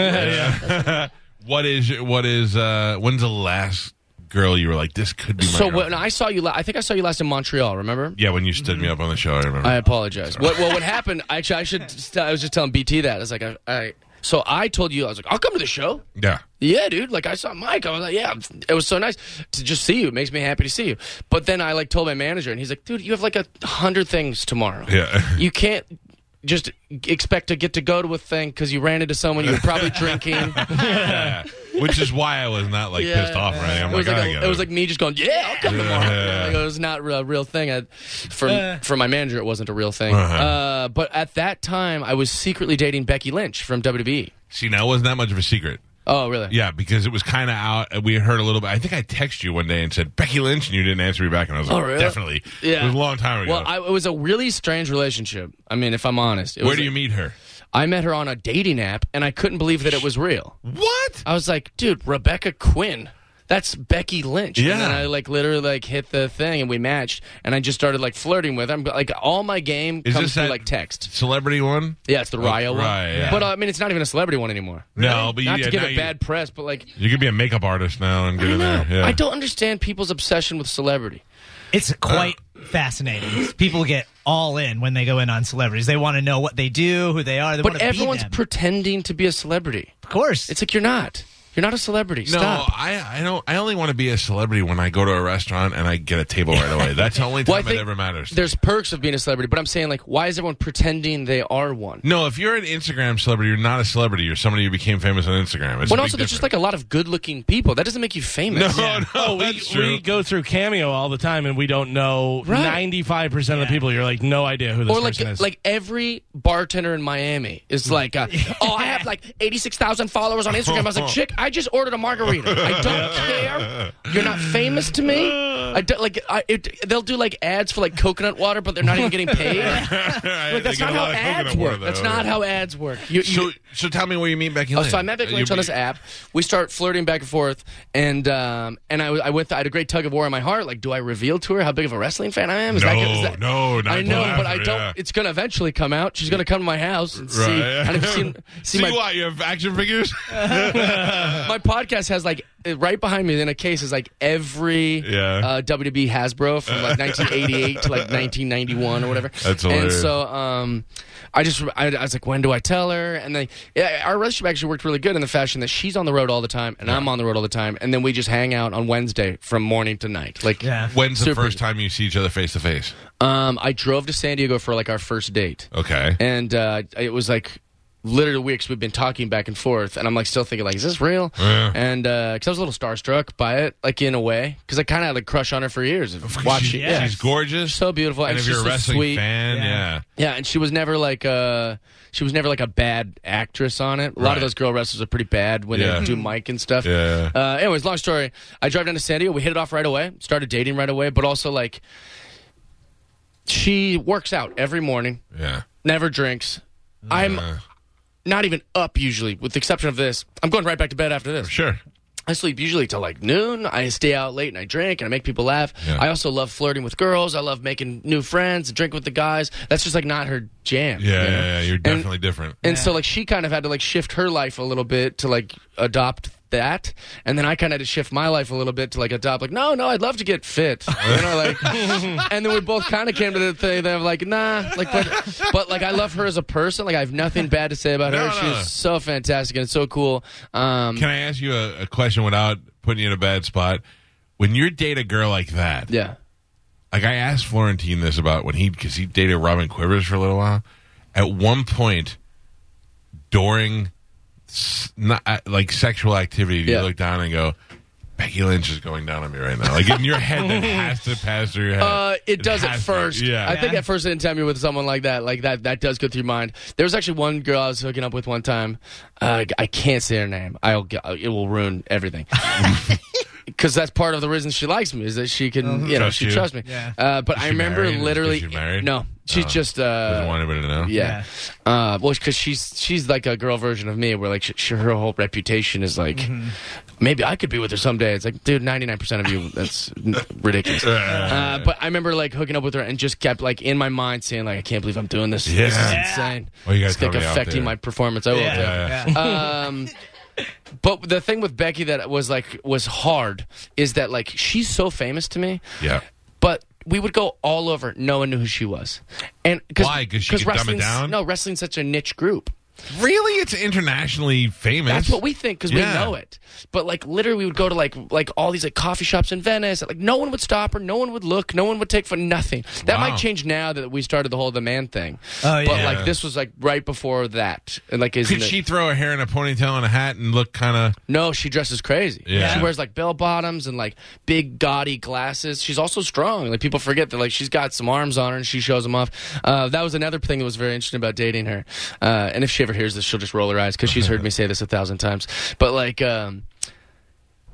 Speaker 1: What is your- what is uh when's the last girl you were like this could be my
Speaker 3: so
Speaker 1: girlfriend?
Speaker 3: when I saw you, la- I think I saw you last in Montreal. Remember?
Speaker 1: Yeah, when you stood me up on the show, I remember.
Speaker 3: I apologize. What, well, what happened? Actually, I should. st- I was just telling BT that. I was like, I, I. So I told you, I was like, I'll come to the show.
Speaker 1: yeah.
Speaker 3: Yeah, dude. Like I saw Mike. I was like, yeah, it was so nice to just see you. It makes me happy to see you. But then I like told my manager, and he's like, dude, you have like a hundred things tomorrow.
Speaker 1: Yeah.
Speaker 3: you can't just expect to get to go to a thing because you ran into someone you were probably drinking.
Speaker 1: Which is why I was not like
Speaker 3: Yeah.
Speaker 1: pissed off or anything. I'm
Speaker 3: it was
Speaker 1: like,
Speaker 3: like,
Speaker 1: I
Speaker 3: a-
Speaker 1: gotta-
Speaker 3: it was like me just going, yeah, I'll come tomorrow. Like, it was not a real thing. I, for for my manager, it wasn't a real thing. uh
Speaker 1: Eh. Uh-huh.
Speaker 3: but at that time, I was secretly dating Becky Lynch from WWE.
Speaker 1: see now it wasn't that much of a secret.
Speaker 3: Oh, really?
Speaker 1: Yeah, because it was kind of out. We had heard a little bit. I think I texted you one day and said Becky Lynch, and you didn't answer me back, and I was like,
Speaker 3: Oh, really?
Speaker 1: definitely.
Speaker 3: Yeah.
Speaker 1: it was a long time ago.
Speaker 3: Well, I, it was a really strange relationship. I mean, if I'm honest, It
Speaker 1: Where
Speaker 3: was-
Speaker 1: do you meet her?
Speaker 3: I met her on a dating app, and I couldn't believe that it was real.
Speaker 1: What?
Speaker 3: I was like, dude, Rebecca Quinn. That's Becky Lynch.
Speaker 1: Yeah.
Speaker 3: And then I like literally like hit the thing and we matched and I just started like flirting with her. I'm like all my game
Speaker 1: Is
Speaker 3: comes
Speaker 1: this
Speaker 3: through
Speaker 1: that-
Speaker 3: like text.
Speaker 1: Celebrity one?
Speaker 3: Yeah, it's the Ryo one.
Speaker 1: right, yeah.
Speaker 3: But uh, I mean, it's not even a celebrity one anymore.
Speaker 1: No, but
Speaker 3: not
Speaker 1: yeah,
Speaker 3: to give
Speaker 1: now
Speaker 3: it
Speaker 1: you-
Speaker 3: bad press, but like
Speaker 1: You could be a makeup artist now and get in there. Yeah.
Speaker 3: I don't understand people's obsession with celebrity.
Speaker 4: It's quite fascinating. People get all in when they go in on celebrities. They want to know what they do, who they are. They want
Speaker 3: But
Speaker 4: to
Speaker 3: everyone's
Speaker 4: be them.
Speaker 3: pretending to be a celebrity.
Speaker 4: of course.
Speaker 3: It's like you're not. You're not a celebrity.
Speaker 1: No,
Speaker 3: Stop.
Speaker 1: I I don't. I only want to be a celebrity when I go to a restaurant and I get a table right away. That's the only time
Speaker 3: Well, I
Speaker 1: it
Speaker 3: think
Speaker 1: ever matters.
Speaker 3: There's perks of being a celebrity, but I'm saying like, why is everyone pretending they are one?
Speaker 1: no, if you're an Instagram celebrity, you're not a celebrity. You're somebody who became famous on Instagram. It's
Speaker 3: Well,
Speaker 1: a
Speaker 3: also,
Speaker 1: big
Speaker 3: there's
Speaker 1: difference.
Speaker 3: just like a lot of good-looking people. That doesn't make you famous.
Speaker 1: no, no,
Speaker 2: Oh, we,
Speaker 1: that's true.
Speaker 2: we go through Cameo all the time, and we don't know
Speaker 3: Right.
Speaker 2: ninety-five percent of the people. You're like, no idea who this
Speaker 3: Or like
Speaker 2: person is.
Speaker 3: like every bartender in Miami is like, uh, oh, I have like eighty six thousand followers on Instagram. I was like, chick, I just ordered a margarita. I don't care. You're not famous to me. I don't, like I, it, they'll do like ads for like coconut water, but they're not even getting paid.
Speaker 1: Like,
Speaker 3: That's not how ads work. That's not how ads work. You, you,
Speaker 1: So, so tell me where you meet Becky
Speaker 3: Oh,
Speaker 1: Lynch.
Speaker 3: so I met Becky
Speaker 1: You
Speaker 3: Lynch on
Speaker 1: meet-
Speaker 3: this app. We start flirting back and forth, and um, and I, I went. I had a great tug of war in my heart. Like, do I reveal to her how big of a wrestling fan I am? Is that,
Speaker 1: No,
Speaker 3: is that,
Speaker 1: no, not
Speaker 3: I know,
Speaker 1: till
Speaker 3: but I
Speaker 1: after,
Speaker 3: don't.
Speaker 1: yeah.
Speaker 3: It's gonna eventually come out. She's gonna come to my house and see.
Speaker 1: Right.
Speaker 3: And if she- see,
Speaker 1: See
Speaker 3: my,
Speaker 1: what? You have action figures?
Speaker 3: my podcast has like uh, right behind me in a case is like every
Speaker 1: Yeah.
Speaker 3: uh, WB Hasbro from like 1988 to like 1991 or whatever.
Speaker 1: That's hilarious.
Speaker 3: And so um, I just I, I was like, when do I tell her? And then yeah, our relationship actually worked really good in the fashion that she's on the road all the time and I'm on the road all the time, and then we just hang out on Wednesday from morning to night. Like,
Speaker 4: yeah.
Speaker 1: When's the
Speaker 3: Super.
Speaker 1: first time you see each other face to face?
Speaker 3: um, I drove to San Diego for like our first date
Speaker 1: Okay.
Speaker 3: and uh, it was like literally weeks we've been talking back and forth and i'm like still thinking like is this real
Speaker 1: Yeah.
Speaker 3: and because i was a little starstruck by it like in a way because i kind of had a crush on her for years of watching
Speaker 1: She-
Speaker 3: yeah.
Speaker 1: She's gorgeous.
Speaker 3: so beautiful
Speaker 1: and
Speaker 3: and,
Speaker 1: if
Speaker 3: she's
Speaker 1: you're a
Speaker 3: so
Speaker 1: wrestling
Speaker 3: sweet
Speaker 1: fan,
Speaker 4: Yeah.
Speaker 1: yeah.
Speaker 3: yeah and she was never like uh she was never like a bad actress on it a lot
Speaker 1: Right.
Speaker 3: of those girl wrestlers are pretty bad when
Speaker 1: Yeah.
Speaker 3: they do mic and stuff
Speaker 1: Yeah.
Speaker 3: uh, anyways long story i drive down to san diego we hit it off right away started dating right away but also like she works out every morning
Speaker 1: Yeah.
Speaker 3: never drinks. I'm not even up usually, with the exception of this. I'm going right back to bed after this.
Speaker 1: Sure.
Speaker 3: I sleep usually till like noon. I stay out late and I drink and I make people laugh.
Speaker 1: Yeah.
Speaker 3: I also love flirting with girls. I love making new friends, drinking with the guys. That's just like not her jam.
Speaker 1: Yeah,
Speaker 3: you know?
Speaker 1: yeah, yeah. You're definitely different.
Speaker 3: And so like she kind of had to like shift her life a little bit to like adopt that, and then I kind of had to shift my life a little bit to like adopt like no, no, I'd love to get fit, you know, like. and then we both kind of came to the thing that I'm like nah, like but but like I love her as a person. Like I have nothing bad to say about
Speaker 1: No,
Speaker 3: her. She's
Speaker 1: no.
Speaker 3: so fantastic and so cool. Um,
Speaker 1: Can I ask you a, a question without putting you in a bad spot? When you date a girl like that,
Speaker 3: yeah.
Speaker 1: like I asked Florentine this about when he because he dated Robin Quivers for a little while. At one point, during s- not uh, like sexual activity, do
Speaker 3: Yeah.
Speaker 1: you look down and go, Becky Lynch is going down on me right now. Like in your head, that has to pass through your head.
Speaker 3: Uh, it does at
Speaker 1: has to.
Speaker 3: first.
Speaker 1: Yeah.
Speaker 3: I think at first anytime you're with someone like that, like that, that does go through your mind. There was actually one girl I was hooking up with one time. Uh, I can't say her name. I'll g- uh, it will ruin everything. Because that's part of the reason she likes me is that she can, you
Speaker 1: Mm-hmm.
Speaker 3: know,
Speaker 1: Trust
Speaker 3: she
Speaker 1: you.
Speaker 3: trusts me.
Speaker 4: Yeah.
Speaker 3: Uh, but I
Speaker 1: she
Speaker 3: remember
Speaker 1: married? Is
Speaker 3: literally,
Speaker 1: she married?
Speaker 3: no, she's
Speaker 1: Oh.
Speaker 3: just
Speaker 1: Doesn't
Speaker 3: uh,
Speaker 1: want anybody to know.
Speaker 3: yeah. Uh, well, because she's she's like a girl version of me, where like sh sh her whole reputation is like,
Speaker 1: Mm-hmm.
Speaker 3: maybe I could be with her someday. It's like, dude, ninety nine percent of you, that's n- ridiculous. Uh, but I remember like hooking up with her and just kept like in my mind saying like, I can't believe I'm doing this. This is
Speaker 1: Yeah.
Speaker 3: insane.
Speaker 1: Well, you gotta
Speaker 3: it's like
Speaker 1: tell me out
Speaker 3: affecting
Speaker 1: there.
Speaker 3: my performance. I will. tell you.
Speaker 4: yeah.
Speaker 3: Um, but the thing with Becky that was like was hard is that like she's so famous to me,
Speaker 1: Yeah.
Speaker 3: but we would go all over. No one knew who she was, and
Speaker 1: Why? 'Cause she could dumb it
Speaker 3: wrestling's-
Speaker 1: down?
Speaker 3: No, wrestling's such a niche group.
Speaker 1: Really, it's internationally famous.
Speaker 3: That's what we think because
Speaker 1: Yeah.
Speaker 3: we know it. But like literally, we would go to like like all these like coffee shops in Venice. Like no one would stop her, no one would look, no one would take for nothing. That
Speaker 1: Wow.
Speaker 3: might change now that we started the whole the man thing.
Speaker 4: Oh, yeah.
Speaker 3: But like this was like right before that, and like is
Speaker 1: Could she throw her hair in a ponytail and a hat and look kind of?
Speaker 3: No, she dresses crazy.
Speaker 1: Yeah.
Speaker 3: She wears like bell bottoms and like big gaudy glasses. She's also strong. Like people forget that like she's got some arms on her and she shows them off. Uh, that was another thing that was very interesting about dating her. Uh, and if she ever hears this, she'll just roll her eyes because she's heard me say this a thousand times. But like um,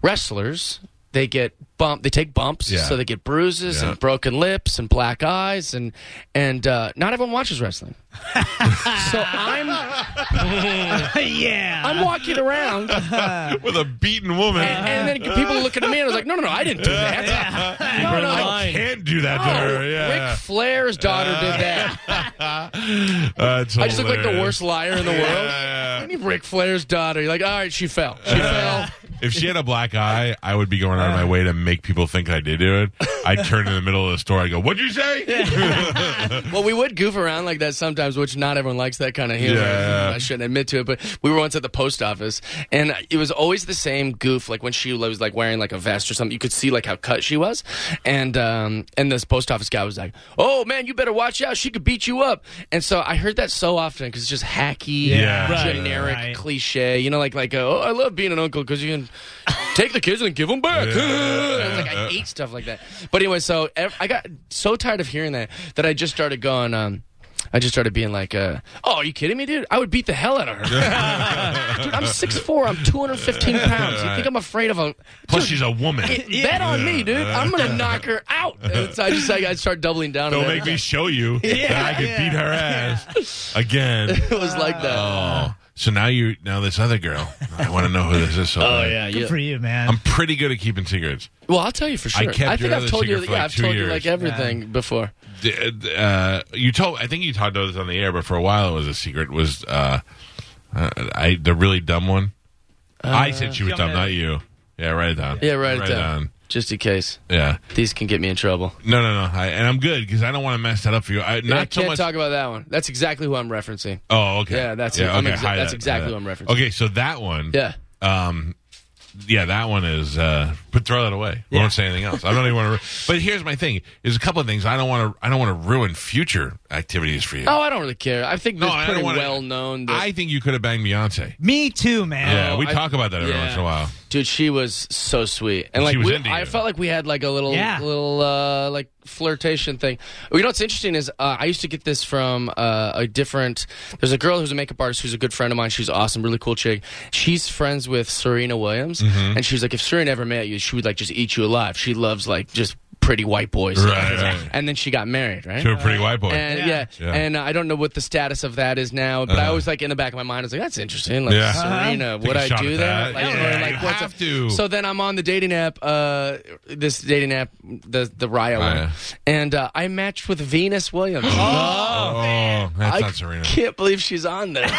Speaker 3: wrestlers, they get bump. They take bumps,
Speaker 1: Yeah.
Speaker 3: so they get bruises
Speaker 1: Yeah.
Speaker 3: and broken lips and black eyes and and uh, not everyone watches wrestling. so I'm
Speaker 4: yeah.
Speaker 3: Uh, I'm walking around.
Speaker 1: with a beaten woman.
Speaker 3: And then people were looking at me and I was like, no, no, no, I didn't do that. No,
Speaker 2: You're
Speaker 3: no.
Speaker 2: lying.
Speaker 1: Can't do that to her. Yeah,
Speaker 3: Ric Flair's daughter did that.
Speaker 1: That's
Speaker 3: I just look like the
Speaker 1: hilarious.
Speaker 3: worst liar in the world.
Speaker 1: Yeah.
Speaker 3: Ric Flair's daughter. You're like, all right, she fell. She fell.
Speaker 1: If she had a black eye, I would be going out of my way to make people think I did do it. I'd turn in the middle of the store. I go, "What'd you say?"
Speaker 3: Well, we would goof around like that sometimes, which not everyone likes that kind of humor.
Speaker 1: Yeah.
Speaker 3: I shouldn't admit to it, but we were once at the post office, and it was always the same goof. Like when she was like wearing like a vest or something, you could see like how cut she was, and um, and this post office guy was like, "Oh man, you better watch out. She could beat you up." And so I heard that so often because it's just hacky,
Speaker 1: Yeah.
Speaker 4: Right,
Speaker 3: generic,
Speaker 4: right.
Speaker 3: cliche. You know, like like oh, I love being an uncle because you can take the kids and give them back. I was like, I hate stuff like that. But anyway, so ev- I got so tired of hearing that that I just started going. Um, I just started being like, uh, "Oh, are you kidding me, dude? I would beat the hell out of her. dude, I'm 6'4", I'm 215 pounds. You think I'm afraid of a?
Speaker 1: Plus, she's a woman. Uh,
Speaker 3: Bet on me, dude. I'm gonna knock her out. And so I just I, I start doubling down. on
Speaker 1: Don't
Speaker 3: that.
Speaker 1: make me show you that I could beat her ass again.
Speaker 3: It was like that.
Speaker 1: Oh, so now you now this other girl. I want to know who this is. So
Speaker 3: Oh,
Speaker 1: bad.
Speaker 4: Good for you, man.
Speaker 1: I'm pretty good at keeping secrets.
Speaker 3: Well, I'll tell you for
Speaker 1: I
Speaker 3: sure. I,
Speaker 1: kept
Speaker 3: think
Speaker 1: your
Speaker 3: I've
Speaker 1: other
Speaker 3: told you.
Speaker 1: secret for,
Speaker 3: yeah,
Speaker 1: like,
Speaker 3: I've
Speaker 1: two
Speaker 3: told you
Speaker 1: years.
Speaker 3: like everything before.
Speaker 1: D- d- uh, you told I think you talked about this on the air, but for a while it was a secret. Was uh, uh, I the really dumb one? I said she was
Speaker 4: Young
Speaker 1: dumb,
Speaker 4: man.
Speaker 1: not you. Yeah, write it down.
Speaker 3: Uh, Yeah, write it down. Just in case
Speaker 1: Yeah,
Speaker 3: these can get me in trouble.
Speaker 1: no, no, no. I, and I'm good because I don't want to mess that up for you. I, not
Speaker 3: I
Speaker 1: so
Speaker 3: can't
Speaker 1: much.
Speaker 3: talk about that one. That's exactly who I'm referencing.
Speaker 1: oh, okay.
Speaker 3: Yeah, that's it. I'm exa-
Speaker 1: hide
Speaker 3: that's
Speaker 1: that,
Speaker 3: exactly
Speaker 1: hide
Speaker 3: what
Speaker 1: that.
Speaker 3: I'm referencing.
Speaker 1: Okay, so that one.
Speaker 3: Yeah.
Speaker 1: Um, yeah, that one is. Uh, but throw that away. We won't say anything else. I don't even want to. But here's my thing: is a couple of things I don't want to. I don't want to ruin future activities for you.
Speaker 3: Oh, I don't really care. I think
Speaker 1: No, I
Speaker 3: it's
Speaker 1: don't
Speaker 3: pretty
Speaker 1: wanna-
Speaker 3: well known that
Speaker 1: I think you could have banged Beyonce.
Speaker 4: Me too, man.
Speaker 1: Yeah, we
Speaker 3: Oh, I-
Speaker 1: talk about that every
Speaker 3: yeah.
Speaker 1: once in a while.
Speaker 3: dude, she was so sweet, and like
Speaker 1: She was
Speaker 3: we,
Speaker 1: into
Speaker 3: I
Speaker 1: you.
Speaker 3: felt like we had like a little
Speaker 4: Yeah.
Speaker 3: little uh, like flirtation thing. You know what's interesting is uh, I used to get this from uh, a different. There's a girl who's a makeup artist who's a good friend of mine. She's awesome, really cool chick. She's friends with Serena Williams,
Speaker 1: Mm-hmm.
Speaker 3: and she was like, if Serena ever met you, she would like just eat you alive. She loves like just pretty white boys.
Speaker 1: Right, right.
Speaker 3: And then she got married, right?
Speaker 1: To a pretty white boy.
Speaker 3: And
Speaker 4: Yeah.
Speaker 3: yeah,
Speaker 1: Yeah. Uh-huh.
Speaker 3: and uh, I don't know what the status of that is now, but I always like in the back of my mind, I was like, that's interesting. Like
Speaker 1: Yeah.
Speaker 3: Serena,
Speaker 1: Take
Speaker 3: would
Speaker 1: a
Speaker 3: I
Speaker 1: shot
Speaker 3: do
Speaker 1: at
Speaker 3: that?
Speaker 1: that.
Speaker 3: Like,
Speaker 1: Yeah,
Speaker 3: or, like,
Speaker 1: you
Speaker 3: what's
Speaker 1: have
Speaker 3: up?
Speaker 1: to.
Speaker 3: So then I'm on the dating app, uh, this dating app, the the Raya
Speaker 1: Raya.
Speaker 3: one, and uh, I matched with Venus Williams.
Speaker 1: oh, that's
Speaker 3: I
Speaker 1: not Serena.
Speaker 3: can't believe she's on there.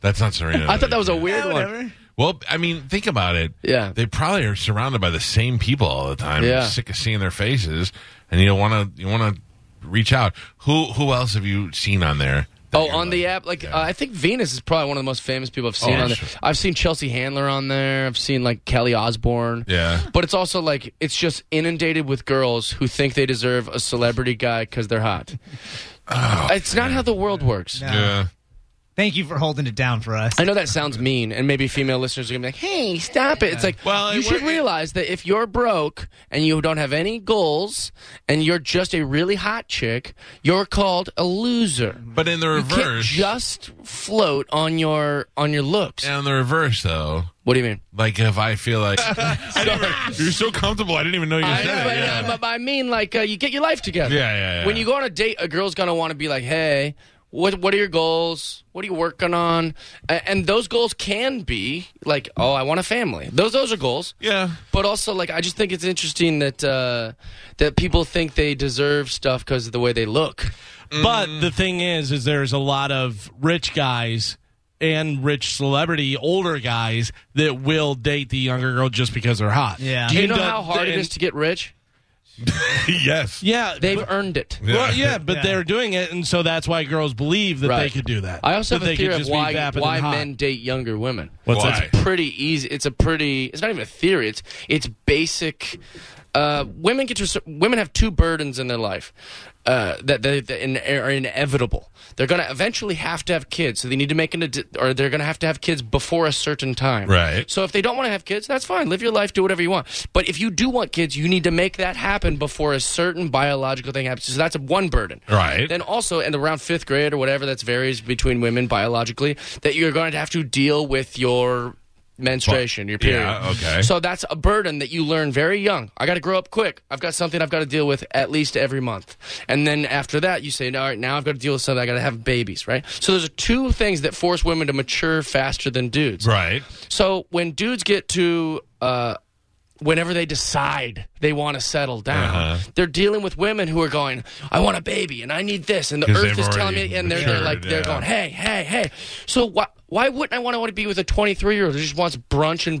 Speaker 1: That's not Serena.
Speaker 3: I thought that was a
Speaker 1: Yeah.
Speaker 3: weird one.
Speaker 4: whatever.
Speaker 1: Well, I mean, think about it.
Speaker 3: Yeah.
Speaker 1: They probably are surrounded by the same people all the time.
Speaker 3: Yeah.
Speaker 1: You're sick of seeing their faces, and you want to you want to reach out. Who who else have you seen on there? that
Speaker 3: Oh,
Speaker 1: you're
Speaker 3: on the
Speaker 1: like-
Speaker 3: app, like
Speaker 1: Yeah.
Speaker 3: uh, I think Venus is probably one of the most famous people I've seen
Speaker 1: Oh,
Speaker 3: on there.
Speaker 1: sure.
Speaker 3: I've seen Chelsea Handler on there. I've seen like Kelly Osbourne.
Speaker 1: Yeah.
Speaker 3: but it's also like it's just inundated with girls who think they deserve
Speaker 1: Oh,
Speaker 3: a celebrity guy because they're hot. it's not how the world works.
Speaker 1: Yeah.
Speaker 4: Thank you for holding it down for us.
Speaker 3: I know that sounds mean, and maybe female listeners are gonna be like, "Hey, stop it!" It's like,
Speaker 1: Well,
Speaker 3: well, you
Speaker 1: it
Speaker 3: should
Speaker 1: wor-
Speaker 3: realize that if you're broke and you don't have any goals and you're just a really hot chick, you're called a loser.
Speaker 1: But in the
Speaker 3: You can't
Speaker 1: reverse,
Speaker 3: just float on your on your looks.
Speaker 1: and in the reverse though,
Speaker 3: What do you mean?
Speaker 1: like if I feel like you're so comfortable, I didn't even know you
Speaker 3: I,
Speaker 1: said
Speaker 3: but,
Speaker 1: it. Yeah.
Speaker 3: uh, but I mean, like, uh, you get your life together.
Speaker 1: Yeah, yeah, yeah.
Speaker 3: When you go on a date, a girl's gonna want to be like, "Hey, what what are your goals? What are you working on?" A- and those goals can be like, "Oh, I want a family." Those those are goals.
Speaker 1: yeah.
Speaker 3: But also, like, I just think it's interesting that uh, that people think they deserve stuff because of the way they look.
Speaker 1: Mm.
Speaker 2: But the thing is, is there's a lot of rich guys and rich celebrity, older guys that will date the younger girl just because they're hot.
Speaker 4: Yeah.
Speaker 3: Do you
Speaker 2: And,
Speaker 3: know
Speaker 2: uh,
Speaker 3: how hard it
Speaker 2: and-
Speaker 3: is to get rich?
Speaker 1: yes.
Speaker 2: Yeah,
Speaker 3: They've
Speaker 2: but-
Speaker 3: earned it.
Speaker 2: Well, yeah, but
Speaker 4: Yeah.
Speaker 2: they're doing it, and so that's why girls believe that they
Speaker 3: Right.
Speaker 2: could do that.
Speaker 3: I also
Speaker 2: That
Speaker 3: have a
Speaker 2: they could
Speaker 3: theory of
Speaker 2: just be
Speaker 3: why
Speaker 2: vapid and
Speaker 3: why
Speaker 2: hot.
Speaker 3: men date younger women.
Speaker 2: What's
Speaker 1: Why?
Speaker 2: that?
Speaker 3: Pretty easy. It's a pretty. It's not even a theory. It's it's basic. Uh, women get to a cer- women have two burdens in their life uh, that they, that in, are inevitable. They're going to eventually have to have kids, so they need to make an ad- or they're going to have to have kids before a certain time.
Speaker 1: Right.
Speaker 3: So if they don't want to have kids, that's fine. Live your life, do whatever you want. But if you do want kids, you need to make that happen before a certain biological thing happens. So that's one burden.
Speaker 1: Right.
Speaker 3: Then also, and around fifth grade or whatever, that varies between women biologically, that you're going to have to deal with your menstruation, your period.
Speaker 1: Yeah, okay.
Speaker 3: So that's a burden that you learn very young. I got to grow up quick. I've got something I've got to deal with at least every month. And then after that, you say, all right, now I've got to deal with something. I got to have babies, right? So those are two things that force women to mature faster than dudes.
Speaker 1: Right.
Speaker 3: So when dudes get to uh, whenever they decide they want to settle down,
Speaker 1: Uh-huh.
Speaker 3: they're dealing with women who are going, "I want a baby and I need this," and the
Speaker 1: 'Cause
Speaker 3: earth
Speaker 1: they've
Speaker 3: is telling
Speaker 1: already
Speaker 3: me, and they're, they're like,
Speaker 1: matured,
Speaker 3: they're
Speaker 1: yeah.
Speaker 3: going, "Hey, hey, hey!" So why why wouldn't I want to want to be with a 23 year old who just wants brunch and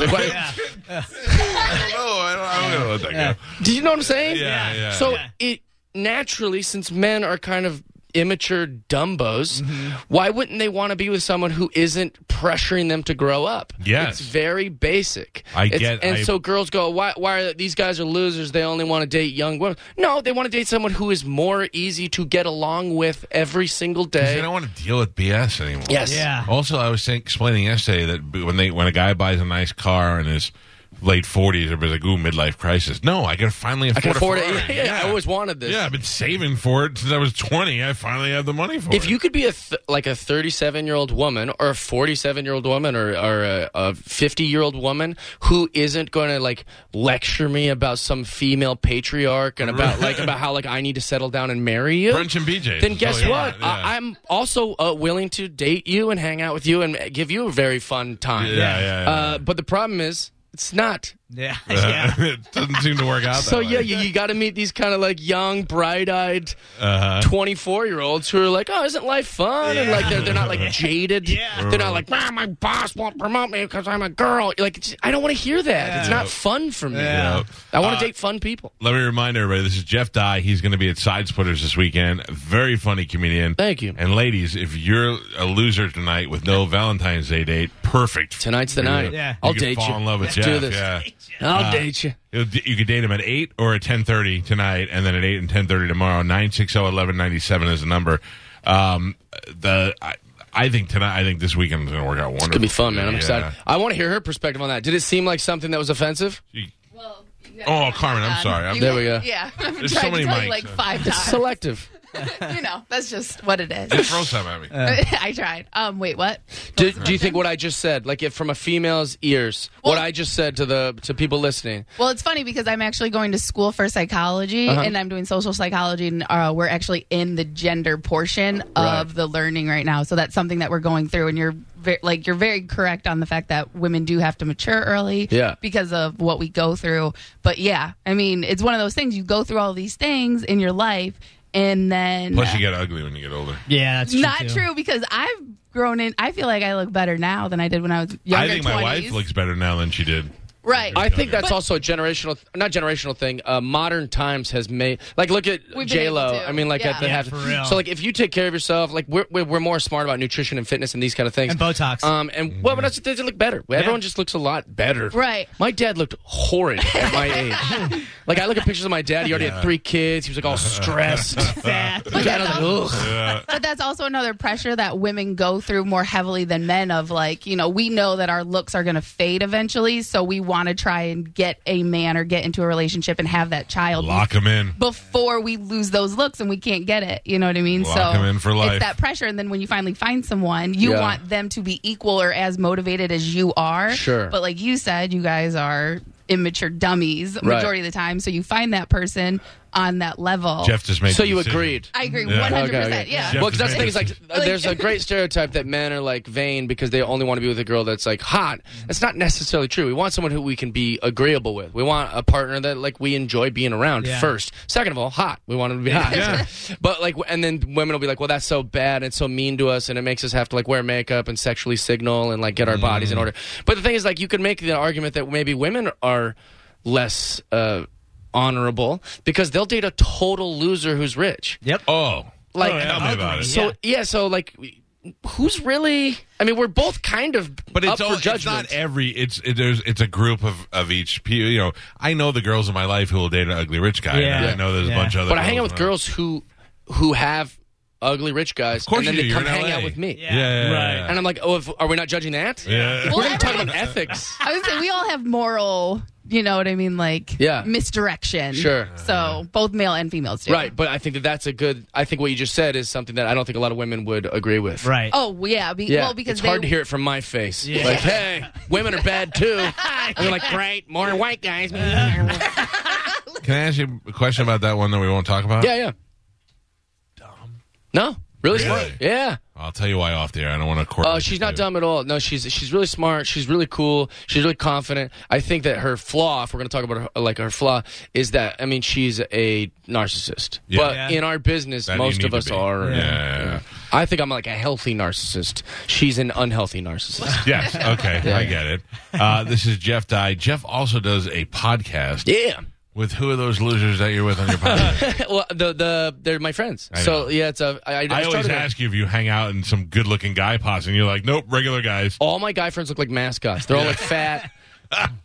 Speaker 3: Like, why-
Speaker 1: I don't know. I don't, I don't know what that go.
Speaker 3: Do you know what I'm saying?
Speaker 1: Yeah, yeah.
Speaker 3: So
Speaker 4: Yeah.
Speaker 3: it naturally, since men are kind of immature dumbos,
Speaker 1: Mm-hmm.
Speaker 3: why wouldn't they want to be with someone who isn't pressuring them to grow up?
Speaker 1: Yes.
Speaker 3: it's very basic.
Speaker 1: I
Speaker 3: It's-
Speaker 1: get-
Speaker 3: And
Speaker 1: I-
Speaker 3: so girls go, why? Why are these guys are losers? They only want to date young women. No, they want to date someone who is more easy to get along with every single
Speaker 1: I
Speaker 3: day.
Speaker 1: don't want to deal with BS anymore.
Speaker 3: Yes.
Speaker 4: Yeah.
Speaker 1: Also, I was think, explaining yesterday that b- when they when a guy buys a nice car in his late forties, everybody's like, "Ooh, midlife crisis." No, I can finally afford,
Speaker 3: I can afford
Speaker 1: a
Speaker 3: it.
Speaker 1: Ferrari.
Speaker 3: Yeah, I always wanted this.
Speaker 1: Yeah, I've been saving for it since I was twenty. I finally have the money for it.
Speaker 3: If you could be a th- like a 37 year old woman or a 47 year old woman or, or a- a 50 year old woman who isn't going to like lecture me about some female patriarch and about like about how like I need to settle down and marry you,
Speaker 1: brunch and BJ's,
Speaker 3: then
Speaker 1: that's
Speaker 3: guess
Speaker 1: all you
Speaker 3: what?
Speaker 1: want, Oh, yeah.
Speaker 3: I- I'm also uh, willing to date you and hang out with you and give you a very fun time.
Speaker 1: yeah, yeah, yeah, yeah.
Speaker 3: Uh, but the problem is, it's not.
Speaker 4: Yeah. yeah.
Speaker 1: it doesn't seem to work out. That
Speaker 3: So
Speaker 1: way.
Speaker 3: yeah, you, you got to meet these kind of like young, bright-eyed,
Speaker 1: Uh-huh.
Speaker 3: twenty-four-year-olds who are like, "Oh, isn't life fun?" And like they're they're not like jaded.
Speaker 4: Yeah.
Speaker 3: They're not like, "Ah, "My boss won't promote me because I'm a girl." Like it's, I don't want to hear that. It's not fun for me.
Speaker 4: Yeah.
Speaker 3: I
Speaker 1: Uh,
Speaker 3: want to date fun people.
Speaker 1: Let me remind everybody, this is Jeff Dye. He's going to be at Side Splitters this weekend. Very funny comedian.
Speaker 3: Thank you.
Speaker 1: And ladies, if you're a loser tonight with no Valentine's Day date, perfect.
Speaker 3: Tonight's the night.
Speaker 4: Yeah.
Speaker 3: I'll
Speaker 1: you could
Speaker 3: date
Speaker 1: fall
Speaker 3: you.
Speaker 1: in love with
Speaker 3: Let's
Speaker 1: Jeff.
Speaker 3: do this.
Speaker 1: Yeah. Uh,
Speaker 3: I'll date you.
Speaker 1: You'll- You could date him at 8 or at 10.30 tonight, and then at 8 and 10.30 tomorrow. 960-1197 is the number. Um, the... I, I think tonight. I think this weekend's going to work out wonderful. It's
Speaker 3: Could be fun, man. I'm excited. I want to hear her perspective on that. Did it seem like something that was offensive?
Speaker 5: Well, you
Speaker 1: Oh,
Speaker 5: guys-
Speaker 1: Carmen, I'm sorry. I'm-
Speaker 5: You-
Speaker 3: There we go.
Speaker 5: Yeah, I've
Speaker 1: There's so
Speaker 5: tried
Speaker 1: many
Speaker 5: to tell you
Speaker 1: mics.
Speaker 5: like five
Speaker 3: It's
Speaker 5: times.
Speaker 3: selective.
Speaker 5: you know, that's just what it is.
Speaker 1: Throw some at me.
Speaker 5: I tried. Um, wait, what?
Speaker 3: Do, do you think what I just said, like if from a female's ears, what
Speaker 5: Well-
Speaker 3: I just said to the to people listening,
Speaker 5: Well, it's funny because I'm actually going to school for psychology
Speaker 3: Uh-huh.
Speaker 5: and I'm doing social psychology, and uh, we're actually in the gender portion
Speaker 3: Right.
Speaker 5: of the learning right now. So that's something that we're going through. And you're ve- like, you're very correct on the fact that women do have to mature early
Speaker 3: Yeah.
Speaker 5: because of what we go through. But yeah, I mean, it's one of those things you go through all these things in your life, and then
Speaker 1: Plus, you get ugly when you get older.
Speaker 4: Yeah, that's true.
Speaker 5: not
Speaker 4: too.
Speaker 5: true because I've grown in. I feel like I look better now than I did when I was younger.
Speaker 1: I think my
Speaker 5: 20s.
Speaker 1: wife looks better now than she did.
Speaker 5: Right.
Speaker 3: I think that's
Speaker 5: But-
Speaker 3: also a generational, not generational thing. Uh, modern times has made like look at
Speaker 5: We've been
Speaker 3: J Lo.
Speaker 5: able to.
Speaker 3: I mean, like
Speaker 5: Yeah.
Speaker 3: at the
Speaker 5: Yeah,
Speaker 3: have-
Speaker 4: for real.
Speaker 3: so like if you take care of yourself, like we're we're we're more smart about nutrition and fitness and these kind of things
Speaker 4: And Botox.
Speaker 3: Um, and well, but that's the thing, they look better. Everyone just looks a lot better.
Speaker 5: Right.
Speaker 3: My dad looked horrid at my age. like I look at pictures of my dad. He already had three kids. He was like all stressed.
Speaker 4: Fat.
Speaker 5: But
Speaker 3: Dad, I
Speaker 5: that's, al-
Speaker 3: was like, ugh.
Speaker 5: but that's also another pressure that women go through more heavily than men of like, you know, we know that our looks are going to fade eventually, so we want to try and get a man or get into a relationship and have that child
Speaker 1: Lock them in.
Speaker 5: before we lose those looks and we can't get it. You know what I mean?
Speaker 1: Lock
Speaker 5: so
Speaker 1: 'em in for life.
Speaker 5: it's that pressure. And then when you finally find someone, you
Speaker 3: Yeah.
Speaker 5: want them to be equal or as motivated as you are.
Speaker 3: Sure.
Speaker 5: But like you said, you guys are immature dummies
Speaker 3: Right.
Speaker 5: majority of the time. So you find that person on that level.
Speaker 1: Jeff just made.
Speaker 3: So
Speaker 1: the
Speaker 3: you
Speaker 1: decision.
Speaker 3: agreed.
Speaker 5: I agree,
Speaker 1: Yeah.
Speaker 5: one hundred
Speaker 3: Okay,
Speaker 5: percent.
Speaker 3: okay.
Speaker 5: Yeah.
Speaker 1: Jeff-
Speaker 3: Well, 'cause that's the thing is like,
Speaker 5: Like-
Speaker 3: there's a great stereotype that men are like vain because they only want to be with a girl that's like hot. That's not necessarily true. We want someone who we can be agreeable with. We want a partner that like we enjoy being around
Speaker 4: Yeah.
Speaker 3: first. Second of all, hot. We want them to be hot.
Speaker 1: Yeah.
Speaker 3: But like, and then women will be like, well, that's so bad and so mean to us, and it makes us have to like wear makeup and sexually signal and like get our bodies in order. But the thing is, like, you could make the argument that maybe women are less uh, honorable because they'll date a total loser who's rich.
Speaker 4: Yep.
Speaker 1: Oh,
Speaker 3: Like-
Speaker 1: Oh, tell me about it.
Speaker 3: So yeah. so like, who's really? I mean, we're both kind of
Speaker 1: But it's,
Speaker 3: up
Speaker 1: all,
Speaker 3: for
Speaker 1: it's
Speaker 3: judgment.
Speaker 1: not every. It's it, there's it's a group of of each. pe- You know, I know the girls in my life who will date an ugly rich guy.
Speaker 4: Yeah.
Speaker 1: and I know there's
Speaker 4: Yeah.
Speaker 1: a bunch of other.
Speaker 3: but I hang out with
Speaker 1: in my-
Speaker 3: girls who who have ugly rich guys,
Speaker 1: Of course
Speaker 3: and then
Speaker 1: you
Speaker 3: they
Speaker 1: do.
Speaker 3: come
Speaker 1: You're in
Speaker 3: hang
Speaker 1: LA.
Speaker 3: out with me.
Speaker 1: Yeah, yeah,
Speaker 2: Right.
Speaker 1: yeah, yeah.
Speaker 3: And I'm like, oh, if, are we not judging that?
Speaker 1: Yeah.
Speaker 3: We're
Speaker 5: Well,
Speaker 3: not even talking
Speaker 5: everyone-
Speaker 3: about ethics.
Speaker 5: I would say we all have moral, you know what I mean, like
Speaker 3: Yeah.
Speaker 5: misdirection.
Speaker 3: Sure.
Speaker 5: So both male and females do.
Speaker 3: Right, but I think that that's a good. I think what you just said is something that I don't think a lot of women would agree with.
Speaker 4: Right.
Speaker 5: Oh well, yeah, be,
Speaker 3: Yeah,
Speaker 5: well because
Speaker 3: it's
Speaker 5: they,
Speaker 3: hard to hear it from my face. Like, hey, women are bad too. And you're like, great, more white guys. yeah,
Speaker 1: Can I ask you a question about that one that we won't talk about?
Speaker 3: yeah. Dumb. No, really, smart.
Speaker 1: Really?
Speaker 3: Yeah.
Speaker 1: I'll tell you why off the air. I don't want to court.
Speaker 3: Oh, she's not dumb at all. No, she's she's really smart. She's really cool. She's really confident. I think that her flaw, if we're going to talk about her, like her flaw, is that I mean she's a narcissist.
Speaker 1: Yeah.
Speaker 3: But
Speaker 4: Yeah.
Speaker 3: in our business,
Speaker 1: That you
Speaker 3: most
Speaker 1: need
Speaker 3: of
Speaker 1: to
Speaker 3: us
Speaker 1: be.
Speaker 3: are.
Speaker 1: Yeah. Yeah, yeah, yeah.
Speaker 3: I think I'm like a healthy narcissist. She's an unhealthy narcissist.
Speaker 1: Yes. Okay. I get it. Uh, this is Jeff Dye. Jeff also does a podcast
Speaker 3: yeah.
Speaker 1: with who are those losers that you're with on your podcast?
Speaker 3: well, the the they're my friends.
Speaker 1: I
Speaker 3: so
Speaker 1: know.
Speaker 3: yeah, it's a. I, I,
Speaker 1: I always
Speaker 3: started it.
Speaker 1: ask you if you hang out in some good looking guy posse, and you're like, nope, regular guys.
Speaker 3: All my guy friends look like mascots. They're all like fat.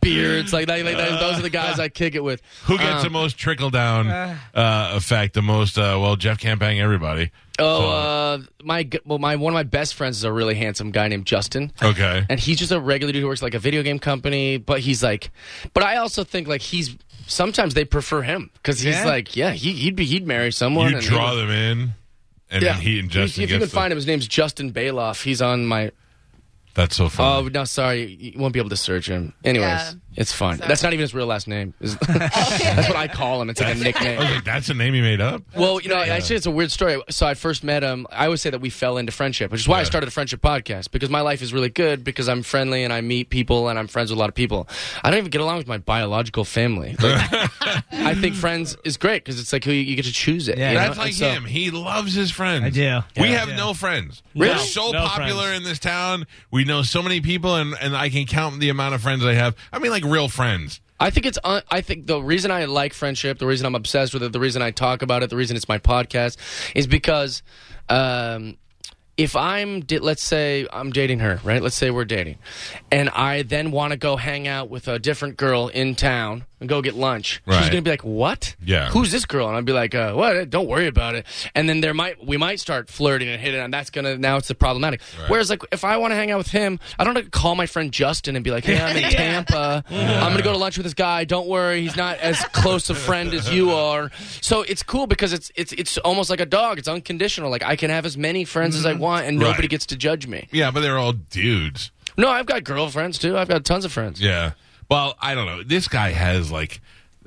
Speaker 3: Beards, like, like, like those are the guys I kick it with.
Speaker 1: Who
Speaker 3: Uh,
Speaker 1: gets the most trickle down uh, effect? The most, uh, well, Jeff can't bang everybody.
Speaker 3: Oh, uh, my g- well, my one of my best friends is a really handsome guy named Justin.
Speaker 1: Okay.
Speaker 3: and he's just a regular dude who works at, like a video game company. But he's like, but I also think like he's sometimes they prefer him because he's
Speaker 4: Yeah?
Speaker 3: like, yeah, he, he'd be he'd marry someone.
Speaker 1: You
Speaker 3: and
Speaker 1: draw
Speaker 3: he-
Speaker 1: them in, and
Speaker 3: Yeah,
Speaker 1: then he and Justin
Speaker 3: If you can
Speaker 1: gets the-
Speaker 3: find him, his name's Justin Bailoff. He's on my.
Speaker 1: That's so
Speaker 3: Oh
Speaker 1: funny.
Speaker 3: no, sorry, you won't be able to search him. Anyways,
Speaker 5: Yeah.
Speaker 3: it's fine.
Speaker 5: Sorry.
Speaker 3: That's not even his real last name. Is- That's what I call him. It's like a nickname.
Speaker 1: I was like, that's a name he made up.
Speaker 3: Well, you know, actually, it's a weird story. So I first met him. I always say that we fell into friendship, which is why I
Speaker 1: Yeah.
Speaker 3: started a friendship podcast because my life is really good because I'm friendly and I meet people and I'm friends with a lot of people. I don't even get along with my biological family. Like, I think friends is great because it's like who you, you get to choose it.
Speaker 4: Yeah.
Speaker 3: you know?
Speaker 1: That's
Speaker 3: And
Speaker 1: like
Speaker 3: so-
Speaker 1: him. He loves his friends.
Speaker 4: I do.
Speaker 1: We
Speaker 4: Yeah.
Speaker 1: have
Speaker 4: Yeah.
Speaker 1: no friends. We're
Speaker 2: Really?
Speaker 1: so
Speaker 2: No
Speaker 1: popular
Speaker 2: friends.
Speaker 1: in this town. We know so many people, and, and I can count the amount of friends I have. I mean, like real friends.
Speaker 3: I think it's. Un- I think the reason I like friendship, the reason I'm obsessed with it, the reason I talk about it, the reason it's my podcast, is because um, if I'm, da- let's say I'm dating her, right? Let's say we're dating, and I then want to go hang out with a different girl in town and go get lunch. She's
Speaker 1: Right.
Speaker 3: gonna be like, "What?
Speaker 1: Yeah.
Speaker 3: who's this girl?" And I'd be like, uh, "What? Don't worry about it." And then there might we might start flirting and hitting, and that's gonna now it's the problematic. Whereas like if I want to hang out with him, I don't have to call my friend Justin and be like, "Hey, I'm in Tampa. I'm gonna go to lunch with this guy. Don't worry, he's not as close a friend as you are." So it's cool because it's it's it's almost like a dog. It's unconditional. Like I can have as many friends as
Speaker 4: Mm-hmm.
Speaker 3: I want, and
Speaker 1: Right.
Speaker 3: nobody gets to judge me.
Speaker 1: Yeah, but they're all dudes.
Speaker 3: No, I've got girlfriends too. I've got tons of friends.
Speaker 1: Yeah. Well, I don't know. This guy has like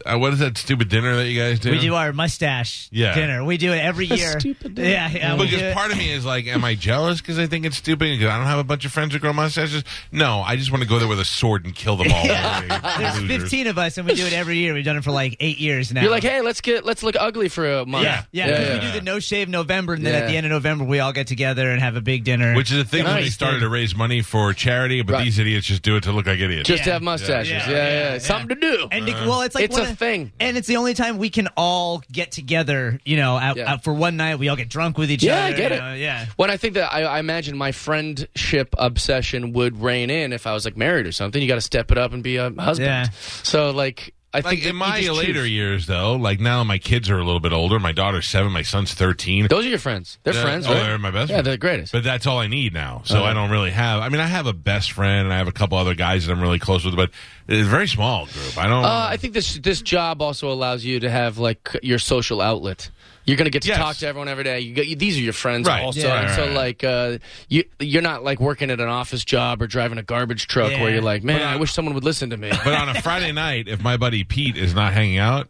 Speaker 1: Uh, what is that stupid dinner that you guys do?
Speaker 4: We do our mustache
Speaker 1: Yeah.
Speaker 4: dinner. We do it every year.
Speaker 3: Stupid
Speaker 4: yeah, yeah. we do
Speaker 1: because
Speaker 4: it.
Speaker 1: part of me is like, am I jealous because I think it's stupid? Because I don't have a bunch of friends who grow mustaches. No, I just want to go there with a sword and kill them all.
Speaker 4: There's
Speaker 1: Losers.
Speaker 4: 15 of us, and we do it every year. We've done it for like eight years now.
Speaker 3: You're like, hey, let's get let's look ugly for a month.
Speaker 4: yeah, yeah. 'cause We do the no shave November, and then at
Speaker 3: Yeah.
Speaker 4: the end of November, we all get together and have a big dinner.
Speaker 1: Which is a thing when they
Speaker 3: Nice,
Speaker 1: started to raise money for charity, but
Speaker 3: Right.
Speaker 1: these idiots just do it to look like idiots.
Speaker 3: Just
Speaker 4: Yeah.
Speaker 3: have mustaches.
Speaker 4: Yeah.
Speaker 3: Yeah, yeah.
Speaker 4: Yeah, yeah.
Speaker 3: Something to do.
Speaker 4: and to-
Speaker 1: Uh,
Speaker 4: well, it's like
Speaker 3: it's a
Speaker 4: one of-
Speaker 3: thing.
Speaker 4: and it's the only time we can all get together. You know, out,
Speaker 3: Yeah.
Speaker 4: out for one night, we all get drunk with each
Speaker 3: Yeah,
Speaker 4: other.
Speaker 3: I get
Speaker 4: you
Speaker 3: it.
Speaker 4: know, yeah.
Speaker 3: When I think that I, I imagine my friendship obsession would reign in if I was like married or something. You got to step it up and be a husband.
Speaker 4: Yeah.
Speaker 3: So like, I
Speaker 1: Like
Speaker 3: think that
Speaker 1: in
Speaker 3: you
Speaker 1: my
Speaker 3: just
Speaker 1: later
Speaker 3: choose.
Speaker 1: years, though, like now my kids are a little bit older. My daughter's seven, my son's thirteen.
Speaker 3: those are your friends. They're
Speaker 1: Yeah.
Speaker 3: friends.
Speaker 1: Oh,
Speaker 3: right?
Speaker 1: they're my best
Speaker 3: Yeah,
Speaker 1: friends.
Speaker 3: they're the greatest.
Speaker 1: But that's all I need now. So I don't really have. I mean, I have a best friend and I have a couple other guys that I'm really close with, but it's a very small group. I don't.
Speaker 3: Uh, I think this this job also allows you to have like your social outlet. You're gonna get to
Speaker 1: Yes.
Speaker 3: talk to everyone every day. You get, you, these are your friends
Speaker 1: Right.
Speaker 3: also,
Speaker 1: Yeah.
Speaker 3: and so
Speaker 1: Right, right,
Speaker 3: like uh, you you're not like working at an office job or driving a garbage truck
Speaker 4: Yeah.
Speaker 3: where you're like, man,
Speaker 1: But, uh,
Speaker 3: I wish someone would listen to me.
Speaker 1: but on a Friday night, if my buddy Pete is not hanging out,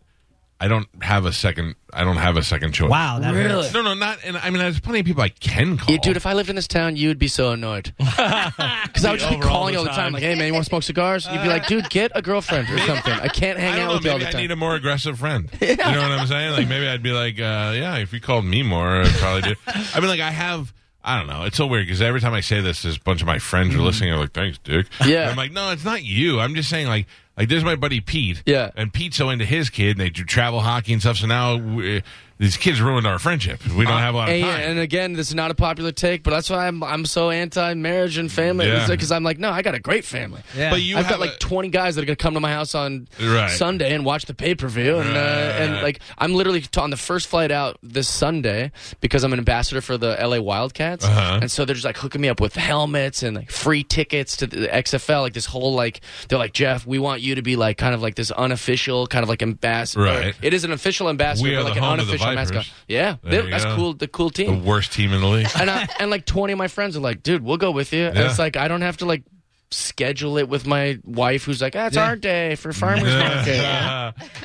Speaker 1: I don't have a second. I don't have a second choice.
Speaker 4: Wow, that hurts.
Speaker 1: No, no, not. And I mean, there's plenty of people I can call.
Speaker 3: You, dude, if I lived in this town, you'd be so annoyed because I would just be
Speaker 2: Over all
Speaker 3: calling
Speaker 2: the
Speaker 3: all the time,
Speaker 2: time.
Speaker 3: like, "Hey, man, you want to smoke cigars?" You'd be like, "Dude, get a girlfriend or something. I can't hang
Speaker 1: I don't
Speaker 3: out
Speaker 1: know.
Speaker 3: with you all
Speaker 1: Maybe
Speaker 3: the
Speaker 1: I
Speaker 3: time."
Speaker 1: need a more aggressive friend. You know what I'm saying? Like maybe I'd be like, uh, yeah, if you called me more, I'd probably do. I mean, like I have. I don't know. It's so weird because every time I say this, there's a bunch of my friends are listening. They're like, "Thanks, Dick."
Speaker 3: Mm-hmm. Yeah.
Speaker 1: And I'm like, "No, it's not you. I'm just saying, like, like there's my buddy Pete.
Speaker 3: Yeah.
Speaker 1: And Pete's so into his kid, and they do travel hockey and stuff. So now we, these kids ruined our friendship. We don't have a lot of
Speaker 3: And,
Speaker 1: time.
Speaker 3: Uh, and again, this is not a popular take, but that's why I'm I'm so anti-marriage and family
Speaker 1: Yeah.
Speaker 3: because I'm like, no, I got a great family.
Speaker 4: Yeah.
Speaker 1: but you
Speaker 3: I've
Speaker 1: have
Speaker 3: got like
Speaker 1: a-
Speaker 3: 20 guys that are going to come to my house on
Speaker 1: Right.
Speaker 3: Sunday and watch the pay per view. And, uh, and like, I'm literally t- on the first flight out this Sunday because I'm an ambassador for the LA Wildcats.
Speaker 1: Uh-huh.
Speaker 3: And so they're just like hooking me up with helmets and like free tickets to the XFL. Like, this whole like, they're like, Jeff, we want you to be like kind of like this unofficial, kind of like ambassador.
Speaker 1: Right.
Speaker 3: It is an official ambassador,
Speaker 1: We are
Speaker 3: but like
Speaker 1: the
Speaker 3: an
Speaker 1: home of the
Speaker 3: unofficial
Speaker 1: Vipers.
Speaker 3: mascot. Yeah.
Speaker 1: There
Speaker 3: They-
Speaker 1: you
Speaker 3: that's
Speaker 1: go.
Speaker 3: cool. The cool
Speaker 1: the
Speaker 3: team.
Speaker 1: worst team in the league.
Speaker 3: and, I, and like 20 of my friends are like, dude, we'll go with you. And
Speaker 1: Yeah.
Speaker 3: it's like, I don't have to like schedule it with my wife who's like, ah, it's our day for farmers market.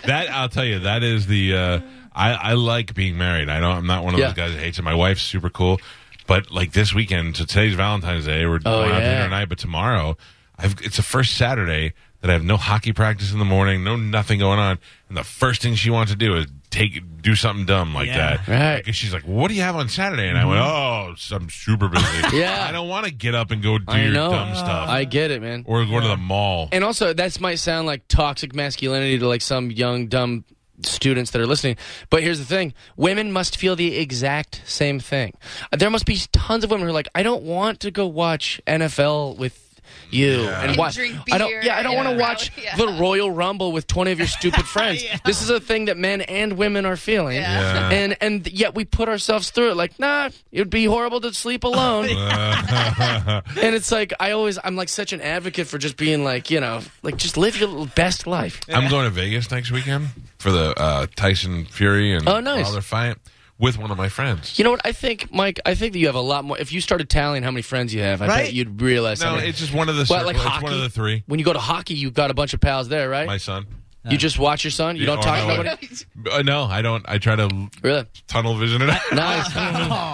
Speaker 1: that I'll tell you, that is the. Uh, I I like being married. I don't. I'm not one of
Speaker 3: Yeah.
Speaker 1: those guys that hates it. My wife's super cool, but like this weekend, so today's Valentine's Day. We're
Speaker 3: Oh,
Speaker 1: going out to
Speaker 3: yeah.
Speaker 1: dinner tonight, but tomorrow, I've it's the first Saturday that I have no hockey practice in the morning, no nothing going on, and the first thing she wants to do is take do something dumb like
Speaker 4: Yeah.
Speaker 1: that.
Speaker 3: Right. Mm-hmm.
Speaker 1: Because she's like, "What do you have on Saturday?" And I went, "Oh, I'm super busy.
Speaker 3: Yeah.
Speaker 1: I don't want to get up and go do
Speaker 3: I
Speaker 1: your
Speaker 3: know.
Speaker 1: dumb stuff
Speaker 3: I get it, man.
Speaker 1: or go to the mall."
Speaker 3: And also, that might sound like toxic masculinity to like some young, dumb students that are listening. But here's the thing women must feel the exact same thing. There must be tons of women who are like, I don't want to go watch NFL with. You and
Speaker 5: And
Speaker 3: watch.
Speaker 5: drink
Speaker 3: I don't.
Speaker 5: beer
Speaker 3: Yeah, I don't want
Speaker 5: and
Speaker 3: to
Speaker 5: rally-
Speaker 3: watch
Speaker 5: yeah.
Speaker 3: the Royal Rumble with twenty of your stupid friends. This is a thing that men and women are feeling,
Speaker 1: Yeah.
Speaker 5: Yeah.
Speaker 3: and and yet we put ourselves through it. Like, nah, it would be horrible to sleep alone. And it's like I always I'm like such an advocate for just being like, you know, like just live your best life.
Speaker 1: I'm going to Vegas next weekend for the uh, Tyson Fury and
Speaker 3: Oh, nice.
Speaker 1: Wilder fight with one of my friends.
Speaker 3: You know what? I think, Mike, I think that you have a lot more if you started tallying how many friends you have, I
Speaker 4: Right?
Speaker 3: bet you'd realize how
Speaker 1: No,
Speaker 3: many-
Speaker 1: it's just one of the
Speaker 3: well,
Speaker 1: circle-
Speaker 3: like
Speaker 1: it's
Speaker 3: hockey.
Speaker 1: one of the three.
Speaker 3: When you go to hockey, you've got a bunch of pals there, right?
Speaker 1: My son.
Speaker 3: you just watch your son. You
Speaker 1: Yeah,
Speaker 3: don't
Speaker 1: oh,
Speaker 3: talk
Speaker 1: no,
Speaker 3: to nobody.
Speaker 1: Uh, no, I don't. I try to l-
Speaker 3: Really?
Speaker 1: tunnel vision it. out.
Speaker 3: Nice. All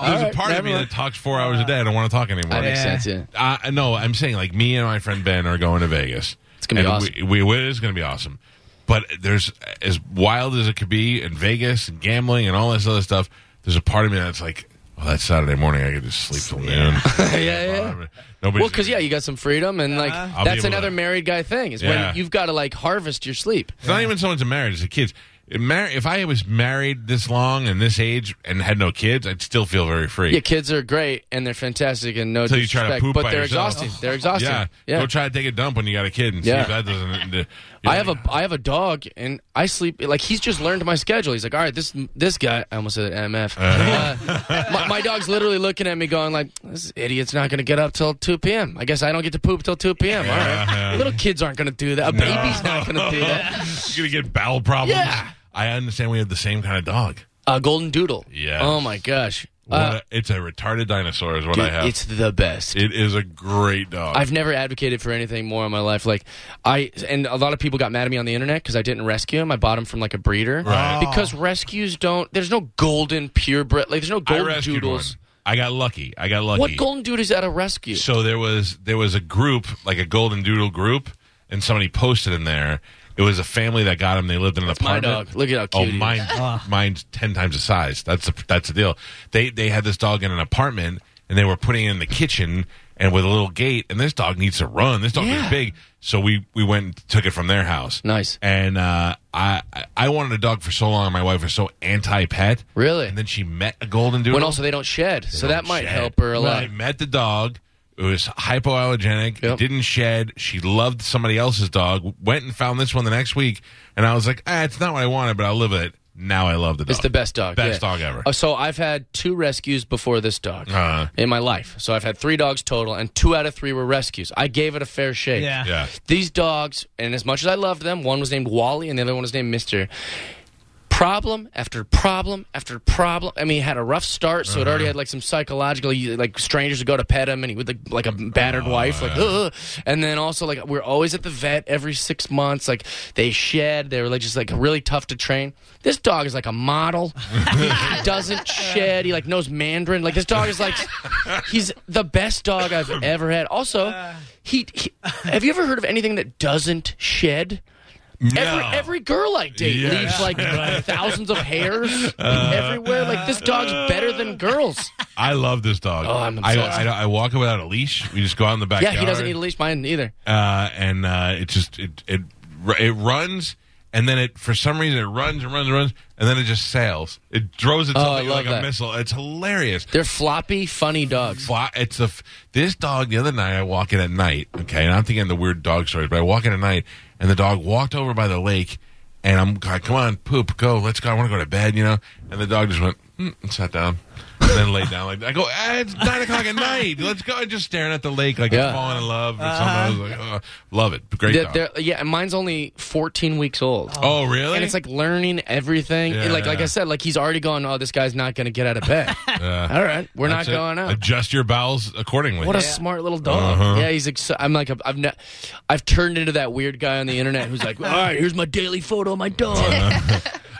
Speaker 1: There's
Speaker 3: right,
Speaker 1: a part of
Speaker 3: never
Speaker 1: me
Speaker 3: mind.
Speaker 1: that talks four hours a day. I don't want to talk anymore.
Speaker 3: That makes
Speaker 4: Yeah.
Speaker 3: sense. Yeah.
Speaker 1: Uh, no, I'm saying like me and my friend Ben are going to Vegas. It's
Speaker 3: gonna be
Speaker 1: We, we, it is going to be awesome. But there's as wild as it could be in Vegas and gambling and all this other stuff. There's a part of me that's like, well, that's Saturday morning. I could just sleep till noon.
Speaker 3: Yeah, yeah.
Speaker 1: Nobody.
Speaker 3: Well, because yeah, you got some freedom, and like
Speaker 1: be
Speaker 3: that's
Speaker 1: able to-
Speaker 3: another married guy thing is
Speaker 1: Yeah.
Speaker 3: when you've got to like harvest your sleep.
Speaker 1: It's not even so much a marriage; it's the kids. It mar- If I was married this long and this age and had no kids, I'd still feel very free.
Speaker 3: Yeah, kids are great and they're fantastic and no
Speaker 1: So you try
Speaker 3: disrespect,
Speaker 1: to poop
Speaker 3: but
Speaker 1: by
Speaker 3: they're
Speaker 1: yourself.
Speaker 3: exhausting. They're exhausting.
Speaker 1: yeah.
Speaker 3: Yeah,
Speaker 1: Go try to take a dump when you got a kid and
Speaker 3: Yeah.
Speaker 1: see if that doesn't. uh,
Speaker 3: I have a I have a dog and I sleep like he's just learned my schedule. He's like, all right, this this guy. I almost said MF.
Speaker 1: Uh-huh.
Speaker 3: Uh, my, my dog's literally looking at me, going like, this idiot's not going to get up till two p.m. I guess I don't get to poop till two p.m. All right,
Speaker 1: Yeah.
Speaker 3: little kids aren't going to do that. A baby's not going to do that.
Speaker 1: You're gonna get bowel problems.
Speaker 3: Yeah.
Speaker 1: I understand we have the same kind of dog.
Speaker 3: A Uh, golden doodle.
Speaker 1: Yes.
Speaker 3: Oh my gosh.
Speaker 1: What a- it's a retarded dinosaur is what I
Speaker 3: Dude,
Speaker 1: have.
Speaker 3: It's the best.
Speaker 1: It is a great dog.
Speaker 3: I've never advocated for anything more in my life. Like I and a lot of people got mad at me on the internet because I didn't rescue him. I bought him from like a breeder
Speaker 1: Right.
Speaker 3: because rescues don't. There's no golden purebred. Like there's no
Speaker 1: I
Speaker 3: golden
Speaker 1: rescued
Speaker 3: doodles.
Speaker 1: one. I got lucky. I got lucky.
Speaker 3: What golden dude is at a rescue?
Speaker 1: So there was there was a group like a golden doodle group, and somebody posted in there. It was a family that got him. They lived in an
Speaker 3: my
Speaker 1: apartment.
Speaker 3: dog. Look at how
Speaker 1: Oh,
Speaker 3: cute he is. Ah.
Speaker 1: mine, mine's ten times the size. That's the, that's the deal. They they had this dog in an apartment, and they were putting it in the kitchen and with a little gate. And this dog needs to run. This dog is
Speaker 3: Yeah.
Speaker 1: big, so we we went and took it from their house.
Speaker 3: Nice.
Speaker 1: And uh, I I- I wanted a dog for so long. and My wife was so anti pet.
Speaker 3: Really?
Speaker 1: And then she met a golden doodle.
Speaker 3: When also they don't shed, so that might
Speaker 1: shed.
Speaker 3: help her a lot.
Speaker 1: I met the dog. It was hypoallergenic. It
Speaker 3: Yep.
Speaker 1: didn't shed. She loved somebody else's dog. Went and found this one the next week, and I was like, ah, it's not what I wanted, but I'll live with it. Now I love the dog.
Speaker 3: It's the best dog.
Speaker 1: Best
Speaker 3: yeah.
Speaker 1: dog ever.
Speaker 3: Uh, so I've had two rescues before this dog
Speaker 1: Uh-huh.
Speaker 3: in my life. So I've had three dogs total, and two out of three were rescues. I gave it a fair shake.
Speaker 4: Yeah.
Speaker 1: Yeah.
Speaker 3: These dogs, and as much as I loved them, one was named Wally and the other one was named Mister. Problem after problem after problem. I mean, he had a rough start, so it already had like some psychological, you- like strangers would go to pet him, and he would like, like a battered wife, like, Ugh. and then also like we're always at the vet every six months. Like they shed, they were like just like really tough to train. This dog is like a model. he doesn't shed. He like knows Mandarin. Like this dog is like he's the best dog I've ever had. Also, he, he have you ever heard of anything that doesn't shed? Every,
Speaker 1: No.
Speaker 3: every girl I date
Speaker 1: Yeah.
Speaker 3: leaves like uh, thousands of hairs
Speaker 1: Uh,
Speaker 3: everywhere. Like this dog's better than girls.
Speaker 1: I love this dog.
Speaker 3: Oh, I'm
Speaker 1: I,
Speaker 3: obsessed.
Speaker 1: I, I walk him without a leash. We just go out in the
Speaker 3: Yeah,
Speaker 1: backyard.
Speaker 3: he doesn't need a leash. Mine either.
Speaker 1: uh, and uh, it just it, it it runs and then it for some reason it runs and runs and runs and then it just sails. It throws
Speaker 3: Oh, I
Speaker 1: itself
Speaker 3: love
Speaker 1: like a
Speaker 3: that.
Speaker 1: missile. It's hilarious.
Speaker 3: They're floppy, funny dogs.
Speaker 1: Fly, it's a f- this dog. The other night, I walk in at night. Okay, and I'm thinking the weird dog stories, but I walk in at night, and the dog walked over by the lake, and I'm like, "Come on, poop, go, let's go. I want to go to bed," you know. And the dog just went hmm, and sat down, and then laid down. Like I go, ah, "It's nine o'clock at night. Let's go." Just staring at the lake, like
Speaker 3: Yeah.
Speaker 1: I'm
Speaker 3: Uh-huh.
Speaker 1: falling in love. Or something. I was like, oh, "Love it, great
Speaker 3: They're,
Speaker 1: dog."
Speaker 3: they're- yeah, and mine's only 14 weeks old.
Speaker 1: oh, really?
Speaker 3: And it's like learning everything.
Speaker 1: Yeah.
Speaker 3: Like like I said, like he's already going, oh, this guy's not going to get out of bed. All right, we're
Speaker 1: That's
Speaker 3: not
Speaker 1: it.
Speaker 3: going out.
Speaker 1: Adjust your bowels accordingly.
Speaker 3: What a smart little dog.
Speaker 1: Uh-huh.
Speaker 3: Yeah, he's. Ex- I'm like, I've, I've, ne- I've turned into that weird guy on the internet who's like, all right, here's my daily photo of my dog.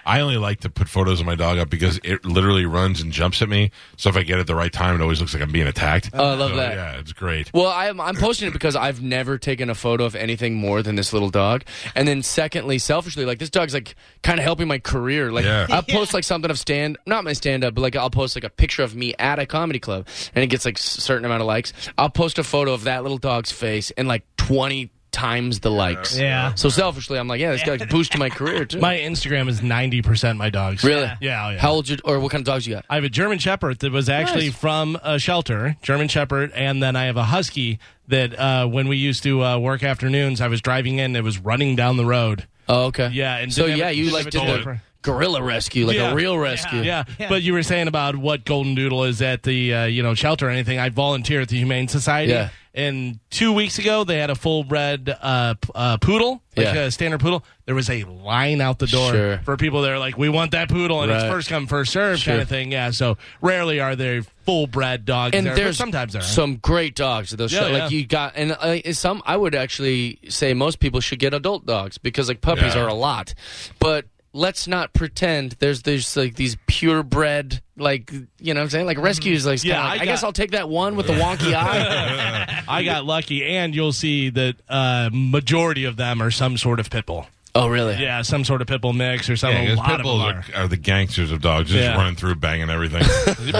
Speaker 1: I only like to put photos of my dog up because it literally runs and jumps at me. So if I get it at the right time, it always looks like I'm being attacked.
Speaker 3: Oh, I love
Speaker 1: So,
Speaker 3: that.
Speaker 1: Yeah, it's great.
Speaker 3: Well, I'm, I'm posting it because I've never taken a photo of anything more than this little dog. And then, secondly, selfishly, like this dog's like kind of helping my career. Like
Speaker 1: Yeah.
Speaker 3: I'll post like something of stand, not my stand up, but like I'll post like a picture of me at a comedy club, and it gets like s- certain amount of likes. I'll post a photo of that little dog's face and like 20 times the likes.
Speaker 4: Yeah.
Speaker 3: So selfishly, I'm like, yeah, this guy's boosting my career too.
Speaker 2: My Instagram is 90% my dogs.
Speaker 3: really?
Speaker 2: Yeah, oh, yeah.
Speaker 3: How old you or what kind of dogs you got?
Speaker 2: I have a German Shepherd that was actually
Speaker 3: Nice.
Speaker 2: from a shelter, German Shepherd, and then I have a Husky that uh, when we used to uh, work afternoons, I was driving in, it was running down the road.
Speaker 3: Oh, okay.
Speaker 2: Yeah, and
Speaker 3: so
Speaker 2: didn't have
Speaker 3: yeah,
Speaker 2: it-
Speaker 3: you
Speaker 2: didn't
Speaker 3: like
Speaker 2: have
Speaker 3: did
Speaker 2: it
Speaker 3: the
Speaker 2: delivered.
Speaker 3: gorilla rescue, like
Speaker 2: Yeah.
Speaker 3: a real rescue.
Speaker 2: Yeah.
Speaker 4: Yeah.
Speaker 2: but you were saying about what Golden Doodle is at the uh, you know shelter or anything. I volunteer at the Humane Society,
Speaker 3: Yeah.
Speaker 2: and two weeks ago they had a full bred uh, p- uh, poodle, like
Speaker 3: Yeah.
Speaker 2: a standard poodle. There was a line out the door
Speaker 3: Sure.
Speaker 2: for people that are like, "We want that poodle," and it's
Speaker 3: Right.
Speaker 2: first come first serve
Speaker 3: Sure.
Speaker 2: kind of thing. Yeah, so rarely are there full bred dogs,
Speaker 3: and
Speaker 2: there, but
Speaker 3: there's
Speaker 2: sometimes there. Are.
Speaker 3: some great dogs. Those
Speaker 2: Yeah,
Speaker 3: show- like
Speaker 2: yeah.
Speaker 3: you got, and uh, some I would actually say most people should get adult dogs because like puppies
Speaker 1: Yeah.
Speaker 3: are a lot, but. Let's not pretend there's there's like these purebred like you know what I'm saying like rescues like
Speaker 2: Mm-hmm. Yeah,
Speaker 3: yeah, like,
Speaker 2: I
Speaker 3: I, guess
Speaker 2: got-
Speaker 3: I'll take that one with the wonky eye.
Speaker 2: I got lucky, and you'll see that uh, majority of them are some sort of pit bull.
Speaker 3: oh really?
Speaker 2: Yeah, some sort of pit bull mix or something.
Speaker 1: Yeah,
Speaker 2: a
Speaker 1: 'cause
Speaker 2: lot
Speaker 1: pit
Speaker 2: of
Speaker 1: bulls
Speaker 2: them
Speaker 1: are,
Speaker 2: are.
Speaker 1: are the gangsters of dogs, just
Speaker 2: Yeah.
Speaker 1: running through, banging everything.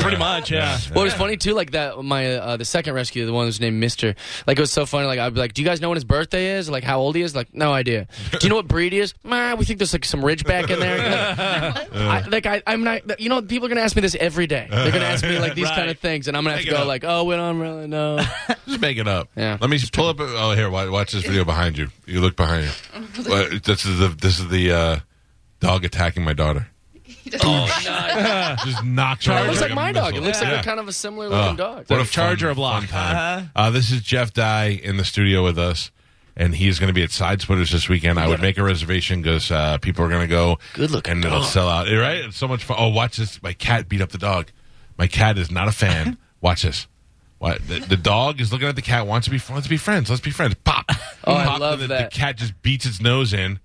Speaker 2: Pretty much, yeah.
Speaker 3: Well, it's funny too. Like that, my uh, the second rescue, the one who's named Mister. Like it was so funny. Like I'd be like, "Do you guys know when his birthday is? Like how old he is? Like no idea. Do you know what breed he is? Nah, we think there's like some Ridgeback in there. Like, I, like I, I'm not. You know, people are gonna ask me this every day. They're gonna ask me like these
Speaker 2: Right.
Speaker 3: kind of things, and I'm gonna have
Speaker 1: Make
Speaker 3: to
Speaker 1: it
Speaker 3: go
Speaker 1: up.
Speaker 3: like, "Oh, we don't really know."
Speaker 1: just make it up.
Speaker 3: Yeah.
Speaker 1: Let me s- pull up. a- Oh, here, watch, watch this video behind you. You look behind you. Well, this is the this is the uh, dog attacking my daughter. Oh, just knocks her.
Speaker 3: it
Speaker 1: over
Speaker 3: looks like my
Speaker 1: a
Speaker 3: dog. It
Speaker 1: missile.
Speaker 3: looks like
Speaker 1: Yeah. Ah.
Speaker 3: a kind of a similar looking dog. Uh-huh.
Speaker 1: What a
Speaker 2: charge
Speaker 1: fun,
Speaker 2: or a block?
Speaker 1: fun time. Uh, this is Jeff Dye in the studio with us, and he's going to be at Side Splitters this weekend. I would make a reservation because uh, people are going to go.
Speaker 3: Good looking
Speaker 1: And it'll
Speaker 3: dog.
Speaker 1: sell out. Right? It's so much fun. Oh, watch this. My cat beat up the dog. My cat is not a fan. Watch this. What the, the dog is looking at the cat. Wants to be fr- let's be friends. Let's be friends. Pop.
Speaker 3: Oh, I
Speaker 1: Pop, and
Speaker 3: love
Speaker 1: the,
Speaker 3: that.
Speaker 1: The cat just beats its nose in,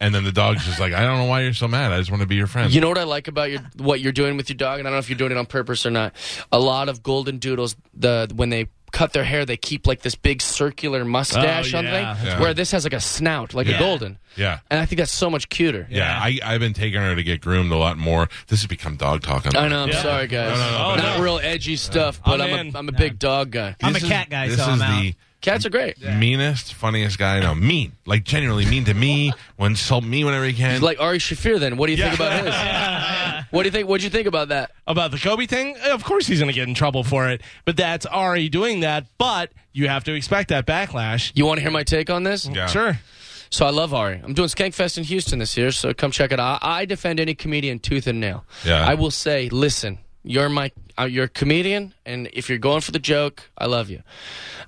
Speaker 1: and then the dog's just like, I don't know why you're so mad. I just want to be your friend.
Speaker 3: You know what I like about your what you're doing with your dog, and I don't know if you're doing it on purpose or not. A lot of golden doodles, the when they cut their hair, they keep like this big circular mustache
Speaker 2: Oh,
Speaker 3: on
Speaker 2: yeah.
Speaker 3: thing,
Speaker 1: Yeah.
Speaker 3: where this has like a snout, like a golden.
Speaker 1: yeah.
Speaker 3: And I think that's so much cuter.
Speaker 1: Yeah, I, I've been taking her to get groomed a lot more. This has become dog talk. on
Speaker 3: I know. I'm
Speaker 2: Yeah.
Speaker 3: sorry, guys.
Speaker 1: No, no, no,
Speaker 2: Oh,
Speaker 3: not
Speaker 2: no.
Speaker 3: real edgy stuff, but
Speaker 2: I'm
Speaker 3: I'm,
Speaker 2: in.
Speaker 3: a, I'm a big dog guy.
Speaker 4: I'm
Speaker 1: This
Speaker 4: a
Speaker 1: is-
Speaker 4: cat guy,
Speaker 1: This
Speaker 4: so
Speaker 1: is
Speaker 4: I'm out.
Speaker 1: the
Speaker 3: Cats are great.
Speaker 1: meanest, funniest guy I know. Mean, like genuinely mean to me. will insult me whenever he can.
Speaker 3: He's like Ari Shafir. Then what do you think about his? What do you think? What'd you think about that?
Speaker 2: about the Kobe thing, of course he's going to get in trouble for it. But that's Ari doing that. But you have to expect that backlash.
Speaker 3: You want to hear my take on this?
Speaker 1: Yeah.
Speaker 2: Sure.
Speaker 3: So I love Ari. I'm doing Skankfest in Houston this year, so come check it out. I, I defend any comedian tooth and nail.
Speaker 1: Yeah.
Speaker 3: I will say, listen, you're my uh, you're a comedian, and if you're going for the joke, I love you.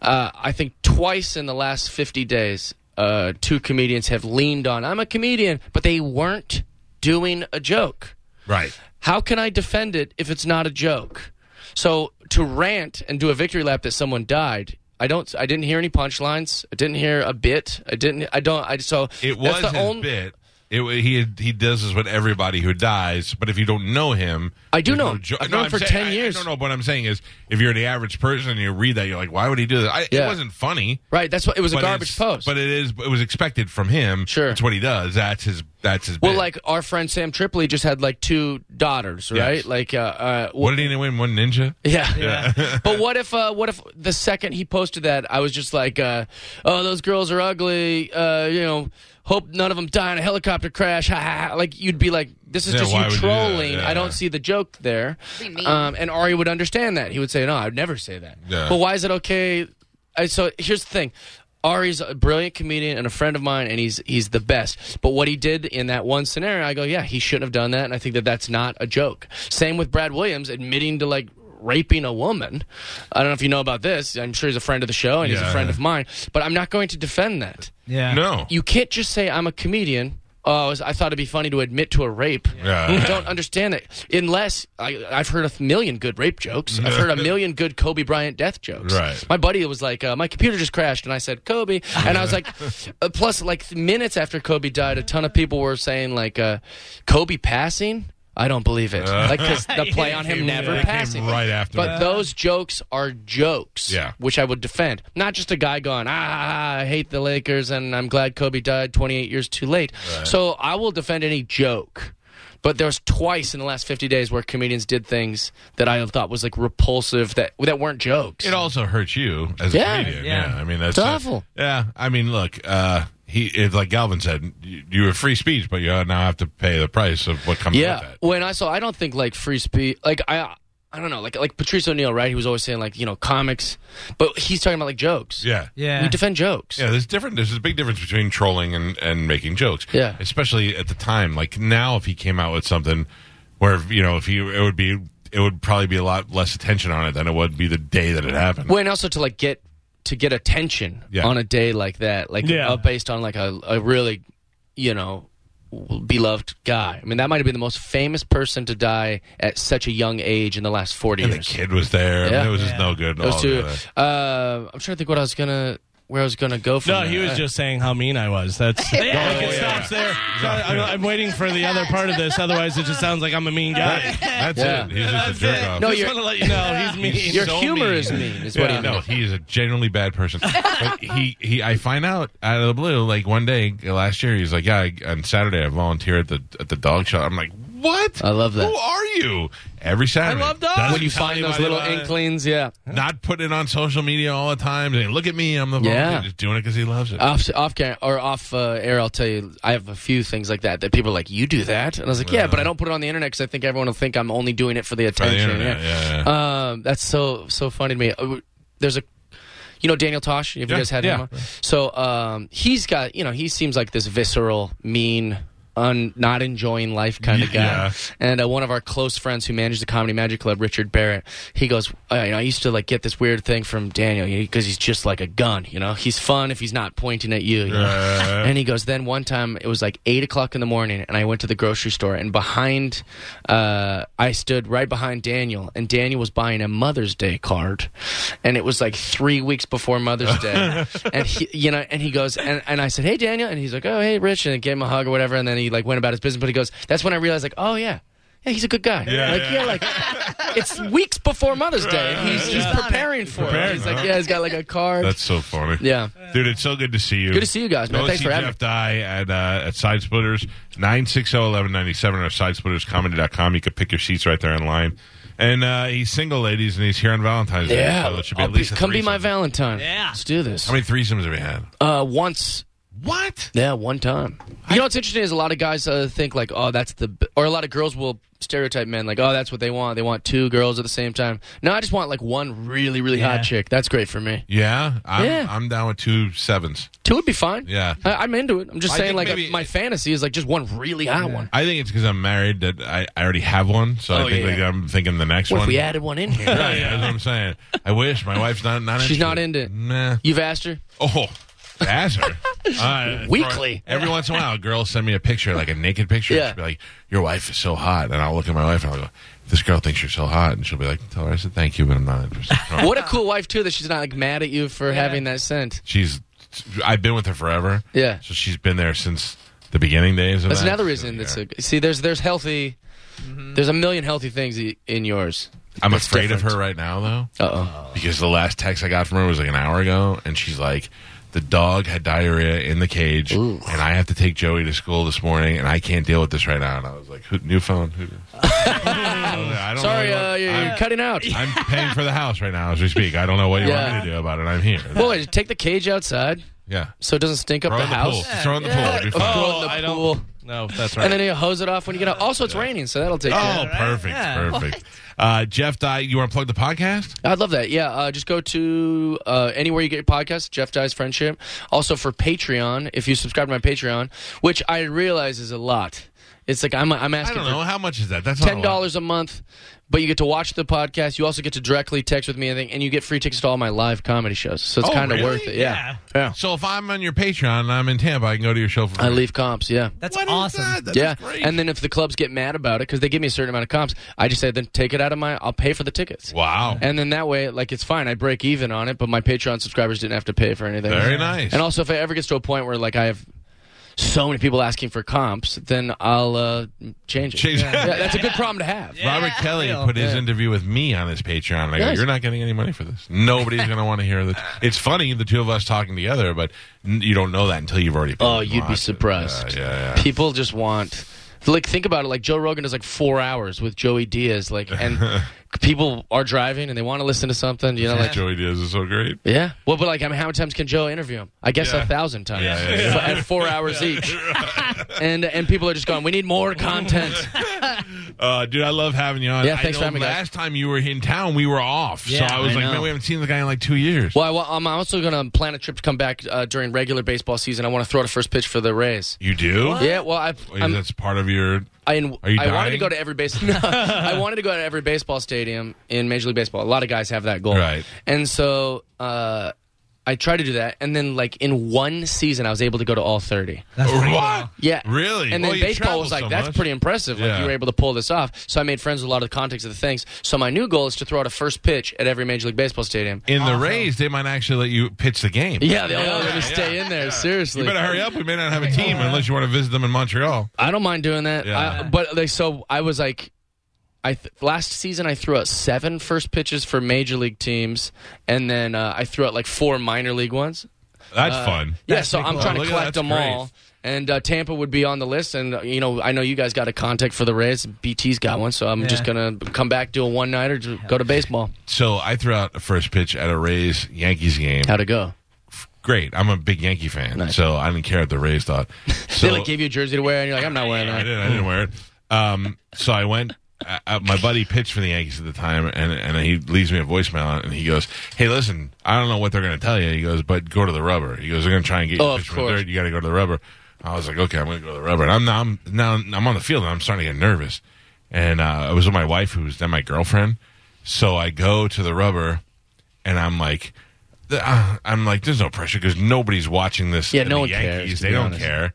Speaker 3: Uh, I think twice in the last 50 days, uh, two comedians have leaned on. I'm a comedian, but they weren't doing a joke.
Speaker 1: right.
Speaker 3: How can I defend it if it's not a joke? So to rant and do a victory lap that someone died, I don't. I didn't hear any punchlines. I didn't hear a bit. I didn't. I don't. I so
Speaker 1: It was
Speaker 3: that's
Speaker 1: his
Speaker 3: the only-
Speaker 1: bit. It, wa- he he does this with everybody who dies, but if you don't know him,
Speaker 3: I do
Speaker 1: there's
Speaker 3: know
Speaker 1: no
Speaker 3: him.
Speaker 1: jo-
Speaker 3: I've
Speaker 1: no,
Speaker 3: known him
Speaker 1: I'm
Speaker 3: for
Speaker 1: saying-
Speaker 3: 10
Speaker 1: I-
Speaker 3: years.
Speaker 1: I don't know what I'm saying is, if you're the average person and you read that, you're like, why would he do that? I, It
Speaker 3: Yeah.
Speaker 1: wasn't funny.
Speaker 3: Right. That's what it was a
Speaker 1: but
Speaker 3: garbage
Speaker 1: it's-
Speaker 3: post.
Speaker 1: but it is. It was expected from him.
Speaker 3: Sure.
Speaker 1: it's what he does. That's his. That's his.
Speaker 3: well,
Speaker 1: bit.
Speaker 3: like our friend Sam Tripoli just had like two daughters, right?
Speaker 1: Yes.
Speaker 3: Like, uh, uh,
Speaker 1: what did he win? One ninja.
Speaker 3: Yeah. but what if uh, what if the second he posted that, I was just like, uh, "Oh, those girls are ugly." Uh, you know, hope none of them die in a helicopter crash. Ha, ha, ha. Like you'd be like, "This is
Speaker 1: Yeah,
Speaker 3: just
Speaker 1: why
Speaker 3: you
Speaker 1: would you do that?
Speaker 3: trolling."
Speaker 1: Yeah.
Speaker 3: I don't see the joke there.
Speaker 5: Be mean.
Speaker 3: Um, and Ari would understand that. He would say, "No, I'd never say that."
Speaker 1: Yeah.
Speaker 3: But why is it okay? I, so here's the thing. Ari's a brilliant comedian and a friend of mine, and he's he's the best. But what he did in that one scenario, I go, yeah, he shouldn't have done that, and I think that that's not a joke. Same with Brad Williams admitting to like raping a woman. I don't know if you know about this. I'm sure he's a friend of the show and he's
Speaker 1: Yeah.
Speaker 3: a friend of mine, but I'm not going to defend that.
Speaker 4: Yeah.
Speaker 1: No.
Speaker 3: You can't just say I'm a comedian. Oh, I thought it'd be funny to admit to a rape.
Speaker 1: Yeah.
Speaker 3: I don't understand it. Unless I, I've heard a million good rape jokes. I've heard a million good Kobe Bryant death jokes.
Speaker 1: Right.
Speaker 3: My buddy was like, uh, my computer just crashed, and I said Kobe, and I was like, uh, plus like minutes after Kobe died, a ton of people were saying like, uh, Kobe passing. I don't believe it. Like 'cause the play on him
Speaker 1: Came-
Speaker 3: never
Speaker 1: it Uh. came
Speaker 3: passing.
Speaker 1: right after that.
Speaker 3: But those jokes are jokes.
Speaker 1: Yeah.
Speaker 3: Which I would defend. Not just a guy going, ah, I hate the Lakers and I'm glad Kobe died 28 years too late. So I will defend any joke. But there was twice in the last 50 days where comedians did things that I thought was like repulsive that that weren't jokes.
Speaker 1: It also hurts you as
Speaker 3: Yeah,
Speaker 1: a comedian. Yeah.
Speaker 4: yeah.
Speaker 1: I mean that's
Speaker 3: It's awful.
Speaker 1: Yeah, I mean, look, uh, he it's like Galvin said, you, you have free speech, but you now have to pay the price of what comes
Speaker 3: yeah.
Speaker 1: with that.
Speaker 3: When I saw I don't think like free speech like I I don't know, like like Patrice O'Neill, right? He was always saying like, you know, comics, but he's talking about like jokes.
Speaker 1: Yeah,
Speaker 4: Yeah.
Speaker 3: We defend jokes.
Speaker 1: yeah. There's different. There's a big difference between trolling and and making jokes.
Speaker 3: Yeah.
Speaker 1: especially at the time. Like now, if he came out with something where you know if he it would be it would probably be a lot less attention on it than it would be the day that it happened.
Speaker 3: Well, and also to like get to get attention
Speaker 1: Yeah.
Speaker 3: on a day like that, like
Speaker 2: Yeah.
Speaker 3: uh, based on like a, a really, you know, w- beloved guy. I mean, that might have been the most famous person to die at such a young age in the last forty
Speaker 1: and Oh, the
Speaker 3: years.
Speaker 1: kid was there. and
Speaker 3: Yeah.
Speaker 1: it was just no good. and
Speaker 3: Those
Speaker 1: all
Speaker 3: two.
Speaker 1: that.
Speaker 3: Uh, I'm trying to think what I was gonna, where I was gonna go from.
Speaker 2: No, he
Speaker 3: that.
Speaker 2: was
Speaker 3: Uh,
Speaker 2: just saying how mean I was. That's yeah, like it stops there. So I'm, I'm waiting for the other part of this. Otherwise, it just sounds like I'm a mean guy.
Speaker 1: That's
Speaker 3: Yeah.
Speaker 1: it. He's just a jerk off.
Speaker 3: No,
Speaker 2: just
Speaker 3: you're-
Speaker 2: want to let you know he's mean.
Speaker 3: Your
Speaker 1: so
Speaker 3: humor
Speaker 1: mean.
Speaker 3: is mean, is what
Speaker 1: Yeah,
Speaker 3: he
Speaker 1: no,
Speaker 3: meant.
Speaker 1: he is a genuinely bad person. but he, he, I find out out of the blue, like one day uh, last year, he's like, "Yeah, I, on Saturday I volunteer at the at the dog show." I'm like, "What?
Speaker 3: I love that.
Speaker 1: Who are you?" Every Saturday, I love dogs.
Speaker 3: When you find those little inklings, yeah.
Speaker 1: not putting it on social media all the time, saying, "Look at me, I'm the volunteer,"
Speaker 3: Yeah.
Speaker 1: just doing it because he loves it.
Speaker 3: Off, off cam- or off uh, air, I'll tell you, I have a few things like that that people are like, "You do that," and I was like, "Yeah," but I don't put it on the internet because I think everyone will think I'm only doing it for the
Speaker 1: For the
Speaker 3: attention.
Speaker 1: internet, yeah,
Speaker 3: Um, that's so so funny to me. Uh, There's a, you know, Daniel Tosh. Have
Speaker 1: Yeah,
Speaker 3: you guys had
Speaker 1: yeah.
Speaker 3: him? On? So um, he's got, you know, he seems like this visceral, mean. un, not enjoying life kind of guy.
Speaker 1: Yeah.
Speaker 3: And uh, one of our close friends who managed the Comedy Magic Club, Richard Barrett, he goes, I, I used to like get this weird thing from Daniel because he's just like a gun, you know. He's fun if he's not pointing at you. you know? And he goes, then one time it was like eight o'clock in the morning, and I went to the grocery store, and behind, uh, I stood right behind Daniel, and Daniel was buying a Mother's Day card, and it was like three weeks before Mother's Day, and he, you know, and he goes, and, and I said, hey Daniel, and he's like, oh hey Rich, and I gave him a hug or whatever, and then he like went about his business, but he goes, that's when I realized like, oh yeah. Yeah, he's a good guy.
Speaker 1: Yeah,
Speaker 3: like,
Speaker 1: yeah.
Speaker 3: yeah, like it's weeks before Mother's Day. He's, he's preparing for it.
Speaker 1: preparing,
Speaker 3: He's like,
Speaker 1: huh?
Speaker 3: yeah, he's got like a card.
Speaker 1: That's so funny.
Speaker 3: Uh, yeah.
Speaker 1: Dude, it's so good to see you.
Speaker 3: Good to see you guys, man.
Speaker 1: Go
Speaker 3: Thanks
Speaker 1: see
Speaker 3: for having me.
Speaker 1: Jeff Dye at, uh, at Side Splitters, 960-1197 or sidesplitterscomedy.com. You could pick your seats right there online. And uh, he's single, ladies, and he's here on Valentine's Day.
Speaker 3: Yeah,
Speaker 1: So it should be
Speaker 3: I'll
Speaker 1: at least a
Speaker 3: come be my
Speaker 1: threesome.
Speaker 3: Valentine.
Speaker 4: Yeah.
Speaker 3: let's do this.
Speaker 1: How many threesomes have we had?
Speaker 3: Uh, once,
Speaker 1: What?
Speaker 3: yeah, one time. You know what's interesting is a lot of guys uh, think like, oh, that's the, b-, or a lot of girls will stereotype men like, oh, that's what they want. They want two girls at the same time. No, I just want like one really, really hot
Speaker 4: Yeah.
Speaker 3: chick. That's great for me.
Speaker 1: Yeah, I'm,
Speaker 3: Yeah.
Speaker 1: I'm down with two sevens.
Speaker 3: Two would be fine.
Speaker 1: Yeah.
Speaker 3: I- I'm into it. I'm just
Speaker 1: I
Speaker 3: saying
Speaker 1: think
Speaker 3: like
Speaker 1: maybe-
Speaker 3: my fantasy is like just one really hot one.
Speaker 1: I think it's because I'm married that I, I already have one, so
Speaker 3: Oh,
Speaker 1: I think
Speaker 3: yeah.
Speaker 1: like, I'm thinking the next
Speaker 3: What
Speaker 1: one.
Speaker 3: if we added one in here?
Speaker 1: yeah, yeah, that's what I'm saying. I wish my wife's not not.
Speaker 3: She's
Speaker 1: interested.
Speaker 3: not into it.
Speaker 1: Nah.
Speaker 3: You've asked her.
Speaker 1: Oh, that's her. Uh,
Speaker 3: Weekly.
Speaker 1: for- every once in a while, girls send me a picture, like a naked picture.
Speaker 3: Yeah.
Speaker 1: She'll be like, "Your wife is so hot," and I'll look at my wife and I'll go, "This girl thinks you're so hot," and she'll be like, "Tell her I said thank you, but I'm not interested."
Speaker 3: What a cool wife too that she's not like mad at you for having that scent.
Speaker 1: she's, I've been with her forever.
Speaker 3: Yeah.
Speaker 1: so she's been there since the beginning days. Of
Speaker 3: That's
Speaker 1: that.
Speaker 3: another
Speaker 1: So,
Speaker 3: reason. That's
Speaker 1: yeah.
Speaker 3: a, see, there's there's healthy. There's a million healthy things i- in yours.
Speaker 1: I'm
Speaker 3: that's
Speaker 1: afraid of
Speaker 3: different.
Speaker 1: her right now, though.
Speaker 3: Uh oh.
Speaker 1: because the last text I got from her was like an hour ago, and she's like, "The dog had diarrhea in the cage, and I have to take Joey to school this morning, and I can't deal with this right now." And I was like, Who, "New phone? Who?" I don't
Speaker 3: Sorry,
Speaker 1: know what-
Speaker 3: uh, you're, you're
Speaker 1: Oh, I'm,
Speaker 3: cutting out.
Speaker 1: I'm paying for the house right now as we speak. I don't know what you
Speaker 3: Yeah.
Speaker 1: want me to do about it. I'm here.
Speaker 3: Well, wait, take the cage outside
Speaker 1: yeah,
Speaker 3: so it doesn't stink up
Speaker 1: throw
Speaker 3: the,
Speaker 1: it in the pool.
Speaker 3: house. Oh.
Speaker 1: Just Throw it in the pool. It'll be fine.
Speaker 3: Throw it in the
Speaker 2: Oh, I don't-
Speaker 3: pool.
Speaker 2: No, that's right.
Speaker 3: And then you hose it off when you get out. Also, it's raining, so that'll take. care
Speaker 1: Oh,
Speaker 3: of it.
Speaker 1: perfect,
Speaker 4: Yeah.
Speaker 1: perfect. Uh, Jeff, Dye, you want to plug the podcast?
Speaker 3: I'd love that. Yeah, uh, just go to uh, anywhere you get your podcast, Jeff Dye's Friendship. Also for Patreon, if you subscribe to my Patreon, which I realize is a lot. It's like I'm I'm
Speaker 1: I
Speaker 3: asking
Speaker 1: don't
Speaker 3: for
Speaker 1: know how much is that. That's not a
Speaker 3: ten
Speaker 1: lot.
Speaker 3: dollars a month, but you get to watch the podcast. You also get to directly text with me, I think, and you get free tickets to all my live comedy shows. So it's
Speaker 1: Oh,
Speaker 3: kind of
Speaker 1: really?
Speaker 3: worth it. Yeah. yeah,
Speaker 1: So if I'm on your Patreon and I'm in Tampa, I can go to your show for
Speaker 3: I
Speaker 1: free.
Speaker 3: leave comps. Yeah.
Speaker 4: That's
Speaker 1: What is
Speaker 4: awesome.
Speaker 1: that? That is
Speaker 3: yeah,
Speaker 1: great.
Speaker 3: and then if the clubs get mad about it because they give me a certain amount of comps, I just say then take it out of my. I'll pay for the tickets,
Speaker 1: wow.
Speaker 3: and then that way, like it's fine. I break even on it, but my Patreon subscribers didn't have to pay for anything.
Speaker 1: Very nice.
Speaker 3: And also, if it ever gets to a point where like I have so many people asking for comps, then I'll uh, change it.
Speaker 1: Change-
Speaker 3: yeah, that's a good problem to have.
Speaker 1: Robert Kelly put his interview with me on his Patreon. And I go,
Speaker 3: Nice.
Speaker 1: you're not getting any money for this. Nobody's going to want to hear this. It's funny, the two of us talking together, but n- you don't know that until you've already.
Speaker 3: Oh, you'd be
Speaker 1: watched it.
Speaker 3: surprised.
Speaker 1: Yeah, yeah, yeah.
Speaker 3: People just want like think about it like Joe Rogan does like 4 hours with Joey Diaz like and people are driving and they want to listen to something, you know like
Speaker 1: Joey Diaz is so great.
Speaker 3: yeah. Well, but like, I mean, how many times can Joe interview him? I guess
Speaker 1: Yeah.
Speaker 3: a thousand times,
Speaker 1: Yeah, yeah, yeah.
Speaker 3: But at four hours each, and and people are just going, "We need more content."
Speaker 1: Uh, dude, I love having you on.
Speaker 3: Yeah,
Speaker 1: I
Speaker 3: thanks
Speaker 1: know
Speaker 3: for having me, guys.
Speaker 1: Last time you were in town, we were off.
Speaker 4: Yeah,
Speaker 1: so I was
Speaker 3: I
Speaker 1: like,
Speaker 3: know.
Speaker 1: man, we haven't seen the guy in like two years.
Speaker 3: Well, I, wa- I'm also going to plan a trip to come back uh, during regular baseball season. I want to throw the first pitch for the Rays.
Speaker 1: You do?
Speaker 3: Yeah, well, I,
Speaker 1: Wait,
Speaker 3: I'm,
Speaker 1: that's part of your.
Speaker 3: I,
Speaker 1: Are you
Speaker 3: I wanted to
Speaker 1: dying?
Speaker 3: go to every base. No, I wanted to go to every baseball stadium in Major League Baseball. A lot of guys have that goal,
Speaker 1: Right.
Speaker 3: And so uh, I tried to do that, and then like in one season, I was able to go to all thirty.
Speaker 1: What?
Speaker 3: Yeah,
Speaker 1: Really?
Speaker 3: And
Speaker 1: Well,
Speaker 3: then
Speaker 1: you
Speaker 3: baseball
Speaker 1: travel
Speaker 3: was like,
Speaker 1: so
Speaker 3: "That's
Speaker 1: much."
Speaker 3: pretty impressive. Like
Speaker 1: Yeah.
Speaker 3: you were able to pull this off." So I made friends with a lot of the context of the things. So my new goal is to throw out a first pitch at every Major League Baseball stadium.
Speaker 1: In the Rays, they might actually let you pitch the game.
Speaker 3: Yeah, they'll let me stay in there. Seriously,
Speaker 1: You better hurry up. We may not have a team unless you want to visit them in Montreal.
Speaker 3: I don't mind doing that.
Speaker 1: Yeah.
Speaker 3: I, but like, so I was like, I th- last season I threw out seven first pitches for major league teams, and then uh, I threw out like four minor league ones.
Speaker 1: That's fun.
Speaker 3: Uh, Yeah, so I'm
Speaker 1: cool.
Speaker 3: trying
Speaker 1: Look
Speaker 3: to
Speaker 1: at
Speaker 3: collect
Speaker 1: that.
Speaker 3: them
Speaker 1: That's
Speaker 3: all. And uh, Tampa would be on the list, and uh, you know I know you guys got a contact for the Rays. BT's got one, so I'm just gonna come back, do a one nighter, go to baseball.
Speaker 1: So I threw out a first pitch at a Rays Yankees game.
Speaker 3: How'd it go?
Speaker 1: Great. I'm a big Yankee fan,
Speaker 3: Nice.
Speaker 1: so I didn't care what the Rays thought. So
Speaker 3: they like gave you a jersey to wear, and you're like, I'm not wearing
Speaker 1: I
Speaker 3: that.
Speaker 1: didn't. I didn't wear it. Um, so I went. I, I- my buddy pitched for the Yankees at the time, and and he leaves me a voicemail, and he goes, "Hey, listen, I don't know what they're going to tell you." He goes, "But go to the rubber." He goes, "They're going to try and get you
Speaker 3: Oh,
Speaker 1: to
Speaker 3: of
Speaker 1: pitch for
Speaker 3: course.
Speaker 1: third. You got to go to the rubber." I was like, okay, I'm going to go to the rubber. And I'm now, I'm now I'm on the field and I'm starting to get nervous. And uh, I was with my wife, who was then my girlfriend. So I go to the rubber, and I'm like, th- uh, I'm like, there's no pressure because nobody's watching this.
Speaker 3: Yeah,
Speaker 1: in
Speaker 3: no
Speaker 1: the
Speaker 3: one cares,
Speaker 1: Yankees.
Speaker 3: to
Speaker 1: They
Speaker 3: be
Speaker 1: don't
Speaker 3: honest.
Speaker 1: care.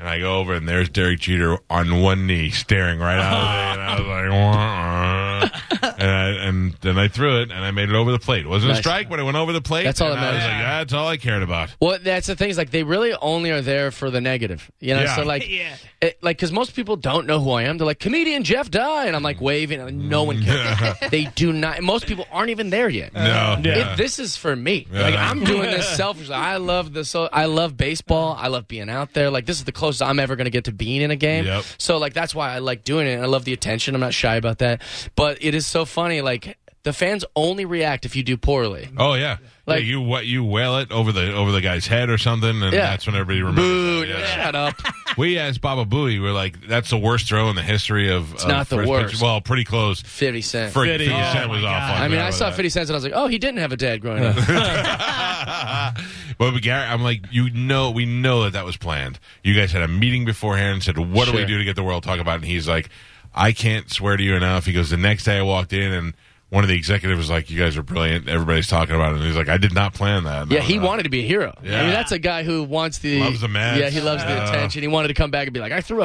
Speaker 1: And I go over, and there's Derek Jeter on one knee, staring right out of it. And I was like, "Wah, wah." and, I, and then I threw it, and I made it over the plate. It wasn't
Speaker 3: Nice.
Speaker 1: a strike, but it went over the plate.
Speaker 3: That's all
Speaker 1: and
Speaker 3: that
Speaker 1: I was
Speaker 3: matters.
Speaker 1: like, that's all I cared about.
Speaker 3: Well, that's the thing is like they really only are there for the negative, you know.
Speaker 1: Yeah.
Speaker 3: So like,
Speaker 4: Yeah.
Speaker 3: it, like because most people don't know who I am. They're like comedian Jeff Dye, and I'm like waving, and no one cares. they do not. Most people aren't even there yet.
Speaker 4: Uh,
Speaker 1: No,
Speaker 3: It, this is for me. Like
Speaker 1: Yeah.
Speaker 3: I'm doing this selfishly. I love the so I love baseball. I love being out there. Like this is the closest I'm ever going to get to being in a game.
Speaker 1: Yep.
Speaker 3: So like that's why I like doing it. And I love the attention. I'm not shy about that. But it is so funny. Like the fans only react if you do poorly.
Speaker 1: Oh yeah,
Speaker 3: Like-
Speaker 1: yeah, you what you wail it over the over the guy's head or something, and
Speaker 3: Yeah.
Speaker 1: that's when everybody remembers.
Speaker 3: Boo!
Speaker 1: it. Yeah.
Speaker 3: Shut up.
Speaker 1: We asked Baba Booey, we're like, that's the worst throw in the history of. It's
Speaker 3: not the worst.
Speaker 1: Well, pretty close.
Speaker 3: Fifty cent.
Speaker 1: Freaking
Speaker 2: 50.
Speaker 1: 50
Speaker 2: Oh,
Speaker 1: Cent was
Speaker 4: my
Speaker 1: awful. uh,
Speaker 4: God.
Speaker 3: I mean, I
Speaker 1: forgot
Speaker 3: saw
Speaker 1: about
Speaker 3: 50 cents and I was like, oh, he didn't have a dad growing up.
Speaker 1: that. but Gary, I'm like, you know, we know that that was planned. You guys had a meeting beforehand and said, what do we
Speaker 3: Sure.
Speaker 1: do to get the world talk about? it? And he's like, I can't swear to you enough. He goes, the next day I walked in and. One of the executives was like, "You guys are brilliant. Everybody's talking about it." And he's like, "I did not plan that." And
Speaker 3: yeah,
Speaker 1: I was
Speaker 3: he
Speaker 1: like,
Speaker 3: wanted to be a hero. I
Speaker 1: Yeah.
Speaker 3: mean, that's a guy who wants the.
Speaker 1: Loves the match.
Speaker 3: Yeah, he loves
Speaker 1: Yeah.
Speaker 3: the attention. He wanted to come back and be like, I threw a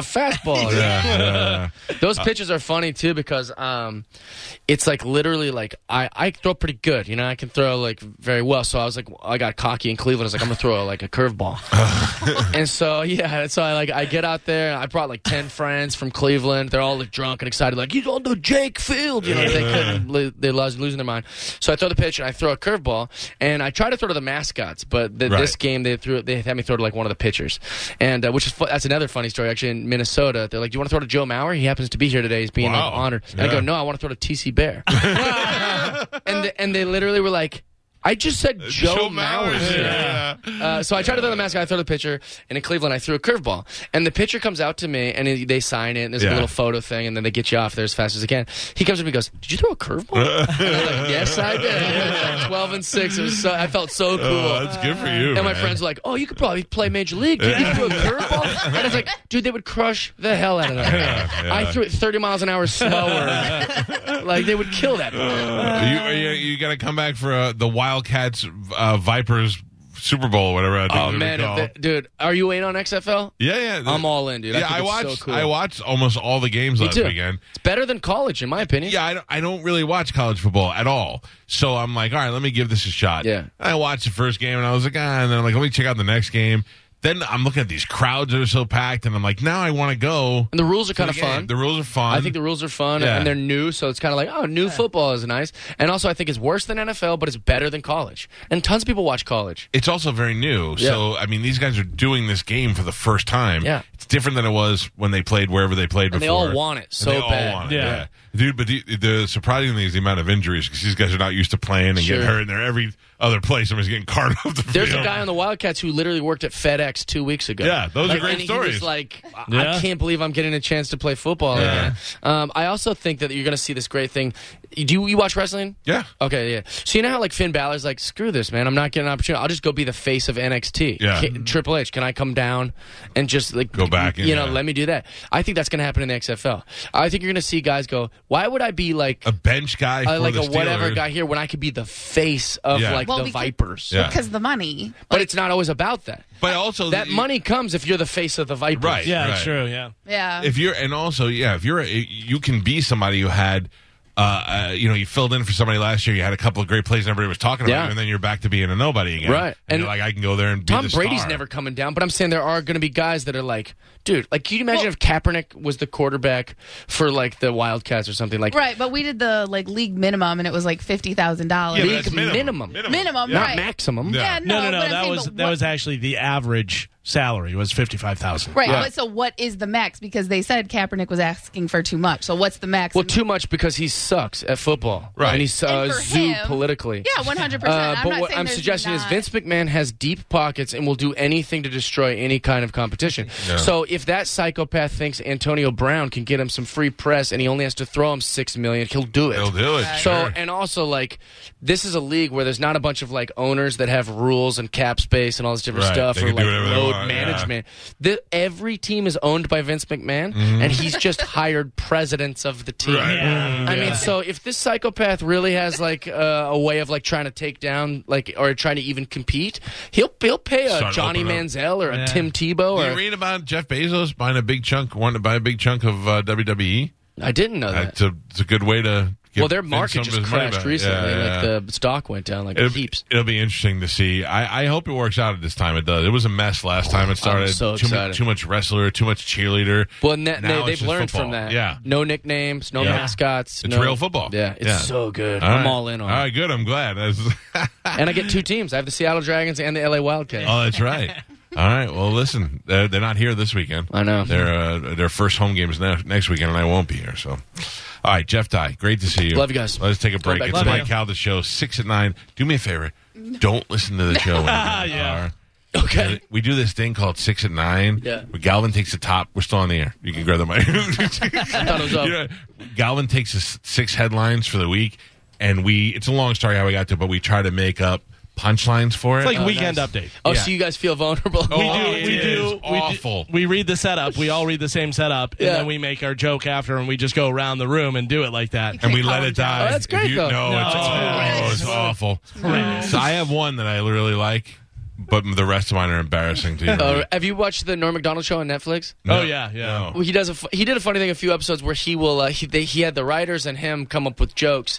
Speaker 3: fastball.
Speaker 1: Yeah,
Speaker 3: Those pitches are funny, too, because um, it's like literally like I, I throw pretty good. You know, I can throw like very well. So I was like, I got cocky in Cleveland. I was like, I'm going to throw like a curveball. and so, yeah, so I like, I get out there. I brought like 10 friends from Cleveland. They're all like drunk and excited, like, you don't do Jake Field. You know, they couldn't, lo- they was losing their mind. So I throw the pitch and I throw a curveball and I try to throw to the mascots, but th-
Speaker 1: Right.
Speaker 3: this game they threw they had me throw to like one of the pitchers, and uh, which is fu- that's another funny story actually in Minnesota. They're like, do you want to throw to Joe Mauer? He happens to be here today. He's being
Speaker 1: Wow.
Speaker 3: like, honored. And I
Speaker 1: Yeah.
Speaker 3: go, no, I want to throw to TC Bear. and th- and they literally were like. I just said Joe, Mauer's here.
Speaker 1: Uh, Yeah.
Speaker 3: Uh, so I tried to throw the mascot. I throw the pitcher, and in Cleveland, I threw a curveball. And the pitcher comes out to me, and he- they sign it. And there's
Speaker 1: Yeah.
Speaker 3: a little photo thing, and then they get you off there as fast as they can. He comes to me, and goes, "Did you throw a curveball?" and I'm like, "Yes, I did." I went, like, Twelve and six. It was so, I felt so cool.
Speaker 1: Oh, that's good for you.
Speaker 3: and my
Speaker 1: man.
Speaker 3: friends were like, "Oh, you could probably play major league. You threw a curveball." And I was like, "Dude, they would crush the hell out of that.
Speaker 1: Yeah, yeah.
Speaker 3: I threw it 30 miles an hour slower. like they would kill that." ball.
Speaker 1: Uh, you you, you got to come back for uh, the Wildcats uh, Vipers Super Bowl, whatever. I think
Speaker 3: Oh
Speaker 1: they
Speaker 3: man,
Speaker 1: recall.
Speaker 3: if they- dude, are you in on XFL?
Speaker 1: yeah, yeah.
Speaker 3: I'm all in, dude. I
Speaker 1: yeah,
Speaker 3: think
Speaker 1: I
Speaker 3: it's so
Speaker 1: watched.
Speaker 3: cool.
Speaker 1: I watched almost all the games last
Speaker 3: too.
Speaker 1: weekend.
Speaker 3: It's better than college, in my opinion.
Speaker 1: Yeah, I don't, I don't really watch college football at all. So I'm like, all right, let me give this a shot.
Speaker 3: Yeah.
Speaker 1: I watched the first game and I was like, ah, and then I'm like, let me check out the next game. Then I'm looking at these crowds that are so packed, and I'm like, now I want to go.
Speaker 3: And the rules are
Speaker 1: to
Speaker 3: kind of
Speaker 1: the game.
Speaker 3: fun.
Speaker 1: The rules are fun.
Speaker 3: I think the rules are fun
Speaker 1: Yeah.
Speaker 3: and they're new, so it's kind of like, oh, new football is nice. And also, I think it's worse than NFL, but it's better than college. And tons of people watch college.
Speaker 1: it's also very new. So I mean, these guys are doing this game for the first time.
Speaker 3: Yeah.
Speaker 1: it's different than it was when they played wherever they played
Speaker 3: And they
Speaker 1: before.
Speaker 3: all want it
Speaker 1: And
Speaker 3: so
Speaker 1: they all
Speaker 3: bad.
Speaker 1: want it,
Speaker 2: Yeah.
Speaker 1: yeah. dude. But the, the surprising thing is the amount of injuries because these guys are not used to playing and
Speaker 3: Sure.
Speaker 1: getting hurt. And they're every other play somebody's getting carted off the
Speaker 3: There's
Speaker 1: field.
Speaker 3: a guy on the Wildcats who literally worked at FedEx two weeks ago.
Speaker 1: Yeah, those are
Speaker 3: Like,
Speaker 1: great
Speaker 3: and He
Speaker 1: stories.
Speaker 3: was like, I-
Speaker 2: Yeah.
Speaker 3: I can't believe I'm getting a chance to play football
Speaker 1: Yeah.
Speaker 3: again. Um, I also think that you're going to see this great thing. Do you, you watch wrestling?
Speaker 1: Yeah.
Speaker 3: Okay, yeah. So you know how like Finn Balor's like, screw this, man. I'm not getting an opportunity. I'll just go be the face of NXT.
Speaker 1: Yeah.
Speaker 3: Ca- Triple H, can I come down and just like
Speaker 1: Go back and-
Speaker 3: You know,
Speaker 1: yeah.
Speaker 3: let me do that. I think that's going to happen in the XFL. I think you're going to see guys go, why would I be like
Speaker 1: a bench guy,
Speaker 3: uh,
Speaker 1: for
Speaker 3: like
Speaker 1: the
Speaker 3: a whatever
Speaker 1: Steelers.
Speaker 3: guy here when I could be the face of
Speaker 1: Yeah.
Speaker 3: like
Speaker 5: Well,
Speaker 3: the
Speaker 5: because-
Speaker 3: Vipers?
Speaker 1: Yeah.
Speaker 5: because the money.
Speaker 3: But it's not always about that.
Speaker 1: But also
Speaker 3: That
Speaker 1: the-
Speaker 3: money comes if you're the face of the Vipers.
Speaker 1: Right.
Speaker 2: Yeah, true. Yeah.
Speaker 5: Yeah.
Speaker 1: if you're and also yeah if you're a, you can be somebody who had uh, uh, you know, you filled in for somebody last year. You had a couple of great plays, and everybody was talking about
Speaker 3: Yeah.
Speaker 1: you, and then you're back to being a nobody again.
Speaker 3: Right.
Speaker 1: And,
Speaker 3: And
Speaker 1: you're like, I can go there and be
Speaker 3: Tom
Speaker 1: the
Speaker 3: Brady's
Speaker 1: star.
Speaker 3: never coming down, but I'm saying there are going to be guys that are like, dude, like, can you imagine if Kaepernick was the quarterback for like the Wildcats or something like
Speaker 5: right, but we did the like league minimum and it was like fifty thousand
Speaker 1: Yeah, but
Speaker 5: dollars.
Speaker 1: that's
Speaker 3: League minimum.
Speaker 5: Minimum,
Speaker 1: Yeah.
Speaker 3: not
Speaker 5: right.
Speaker 3: maximum?
Speaker 1: Yeah.
Speaker 5: Yeah,
Speaker 2: No, no,
Speaker 5: but
Speaker 2: no.
Speaker 5: I'm
Speaker 2: That
Speaker 5: saying,
Speaker 2: was
Speaker 5: but
Speaker 2: that
Speaker 5: what-
Speaker 2: was actually the average salary was fifty five thousand.
Speaker 5: Right,
Speaker 3: Yeah.
Speaker 5: but so what is the max? Because they said Kaepernick was asking for too much. So what's the max?
Speaker 3: Well,
Speaker 5: And-
Speaker 3: too much because he's sucks at football.
Speaker 1: Right.
Speaker 3: And he's uh,
Speaker 5: And for
Speaker 3: zoo
Speaker 5: him-
Speaker 3: politically.
Speaker 5: Yeah, 100%.
Speaker 3: Uh,
Speaker 5: I'm
Speaker 3: but
Speaker 5: not
Speaker 3: what
Speaker 5: saying
Speaker 3: I'm
Speaker 5: there's
Speaker 3: suggesting is
Speaker 5: not-
Speaker 3: Vince McMahon has deep pockets and will do anything to destroy any kind of competition. So if that psychopath thinks Antonio Brown can get him some free press and he only has to throw him six million, he'll do it.
Speaker 1: He'll do it.
Speaker 3: So
Speaker 1: sure.
Speaker 3: and also like this is a league where there's not a bunch of like owners that have rules and cap space and all this different
Speaker 1: Right.
Speaker 3: stuff
Speaker 1: They
Speaker 3: or
Speaker 1: can do
Speaker 3: like
Speaker 1: whatever they
Speaker 3: load
Speaker 1: want, yeah.
Speaker 3: management. The, every team is owned by Vince McMahon and he's just hired presidents of the team.
Speaker 1: Mm-hmm. Right.
Speaker 4: Yeah.
Speaker 3: I mean, so if this psychopath really has like uh, a way of like trying to take down, like, or trying to even compete, he'll he'll pay a
Speaker 1: Start
Speaker 3: Johnny
Speaker 1: opening up.
Speaker 3: Manziel or a
Speaker 4: Yeah.
Speaker 3: Tim Tebow.
Speaker 1: Did you
Speaker 3: Or
Speaker 1: read about Jeff Bezos buying a big chunk, wanting to buy a big chunk of uh, WWE?
Speaker 3: I didn't know that.
Speaker 1: That's a, Uh, it's a good way to. Get
Speaker 3: Uh, well, their
Speaker 1: Vince
Speaker 3: market
Speaker 1: some of
Speaker 3: just
Speaker 1: his money
Speaker 3: crashed
Speaker 1: back.
Speaker 3: recently.
Speaker 1: Yeah, yeah, yeah.
Speaker 3: Like the stock went down like
Speaker 1: It'll, be-
Speaker 3: heaps.
Speaker 1: it'll be interesting to see. I, I hope it works out at this time. It does. It was a mess last time it started.
Speaker 3: so
Speaker 1: too, mu-
Speaker 3: excited.
Speaker 1: too much wrestler, too much cheerleader.
Speaker 3: Well, and that,
Speaker 1: Now
Speaker 3: they,
Speaker 1: it's
Speaker 3: they've
Speaker 1: just
Speaker 3: learned
Speaker 1: football.
Speaker 3: from that.
Speaker 1: Yeah.
Speaker 3: No nicknames, no
Speaker 1: Yeah.
Speaker 3: mascots.
Speaker 1: It's
Speaker 3: no-
Speaker 1: real football.
Speaker 3: Yeah, it's
Speaker 1: Yeah.
Speaker 3: so good. I'm
Speaker 1: right.
Speaker 3: all in on
Speaker 1: All
Speaker 3: it.
Speaker 1: right, good. I'm glad. That's-
Speaker 3: And I get two teams. I have the Seattle Dragons and the LA Wildcats.
Speaker 1: oh, that's right. All right. Well, listen, they're, they're not here this weekend.
Speaker 3: I know.
Speaker 1: Their uh, their first home game is next, next weekend, and I won't be here. So, all right, Jeff Dye, great to see you.
Speaker 3: Love you guys.
Speaker 1: Let's take a break.
Speaker 3: back
Speaker 1: It's
Speaker 3: to
Speaker 1: Mike
Speaker 3: you.
Speaker 1: Cal, the show, six at nine. Do me a favor. Don't listen to the show when you're in the car.
Speaker 3: Okay.
Speaker 1: We do this thing called six at nine.
Speaker 3: Yeah.
Speaker 1: Where Galvin takes the top. We're still on the air. You can grab the mic.
Speaker 3: I thought it was uh, up.
Speaker 1: You know, Galvin takes the s- six headlines for the week, and we. It's a long story how we got to, it, but we try to make up punchlines for it.
Speaker 2: It's like weekend update.
Speaker 3: Oh,
Speaker 1: Yeah.
Speaker 3: so you guys feel vulnerable.
Speaker 1: Oh,
Speaker 2: We do.
Speaker 1: it
Speaker 2: we
Speaker 1: is
Speaker 2: do. We do-
Speaker 1: awful.
Speaker 2: We read the setup. We all read the same setup, and
Speaker 3: Yeah.
Speaker 2: then we make our joke after, and we just go around the room and do it like that.
Speaker 1: and we
Speaker 5: Can't
Speaker 1: let
Speaker 5: call
Speaker 1: it
Speaker 5: it down.
Speaker 1: die.
Speaker 3: Oh, that's
Speaker 1: If
Speaker 3: great,
Speaker 1: you-
Speaker 3: though.
Speaker 1: No, it's,
Speaker 2: No.
Speaker 1: oh, it's awful. So I have one that I really like, but the rest of mine are embarrassing to you.
Speaker 3: Uh, have you watched the Norm Macdonald show on Netflix?
Speaker 1: No.
Speaker 2: Oh, yeah, yeah.
Speaker 1: No.
Speaker 3: Well, he does. A, fu- he did a funny thing a few episodes where he will. Uh, he they, he had the writers and him come up with jokes.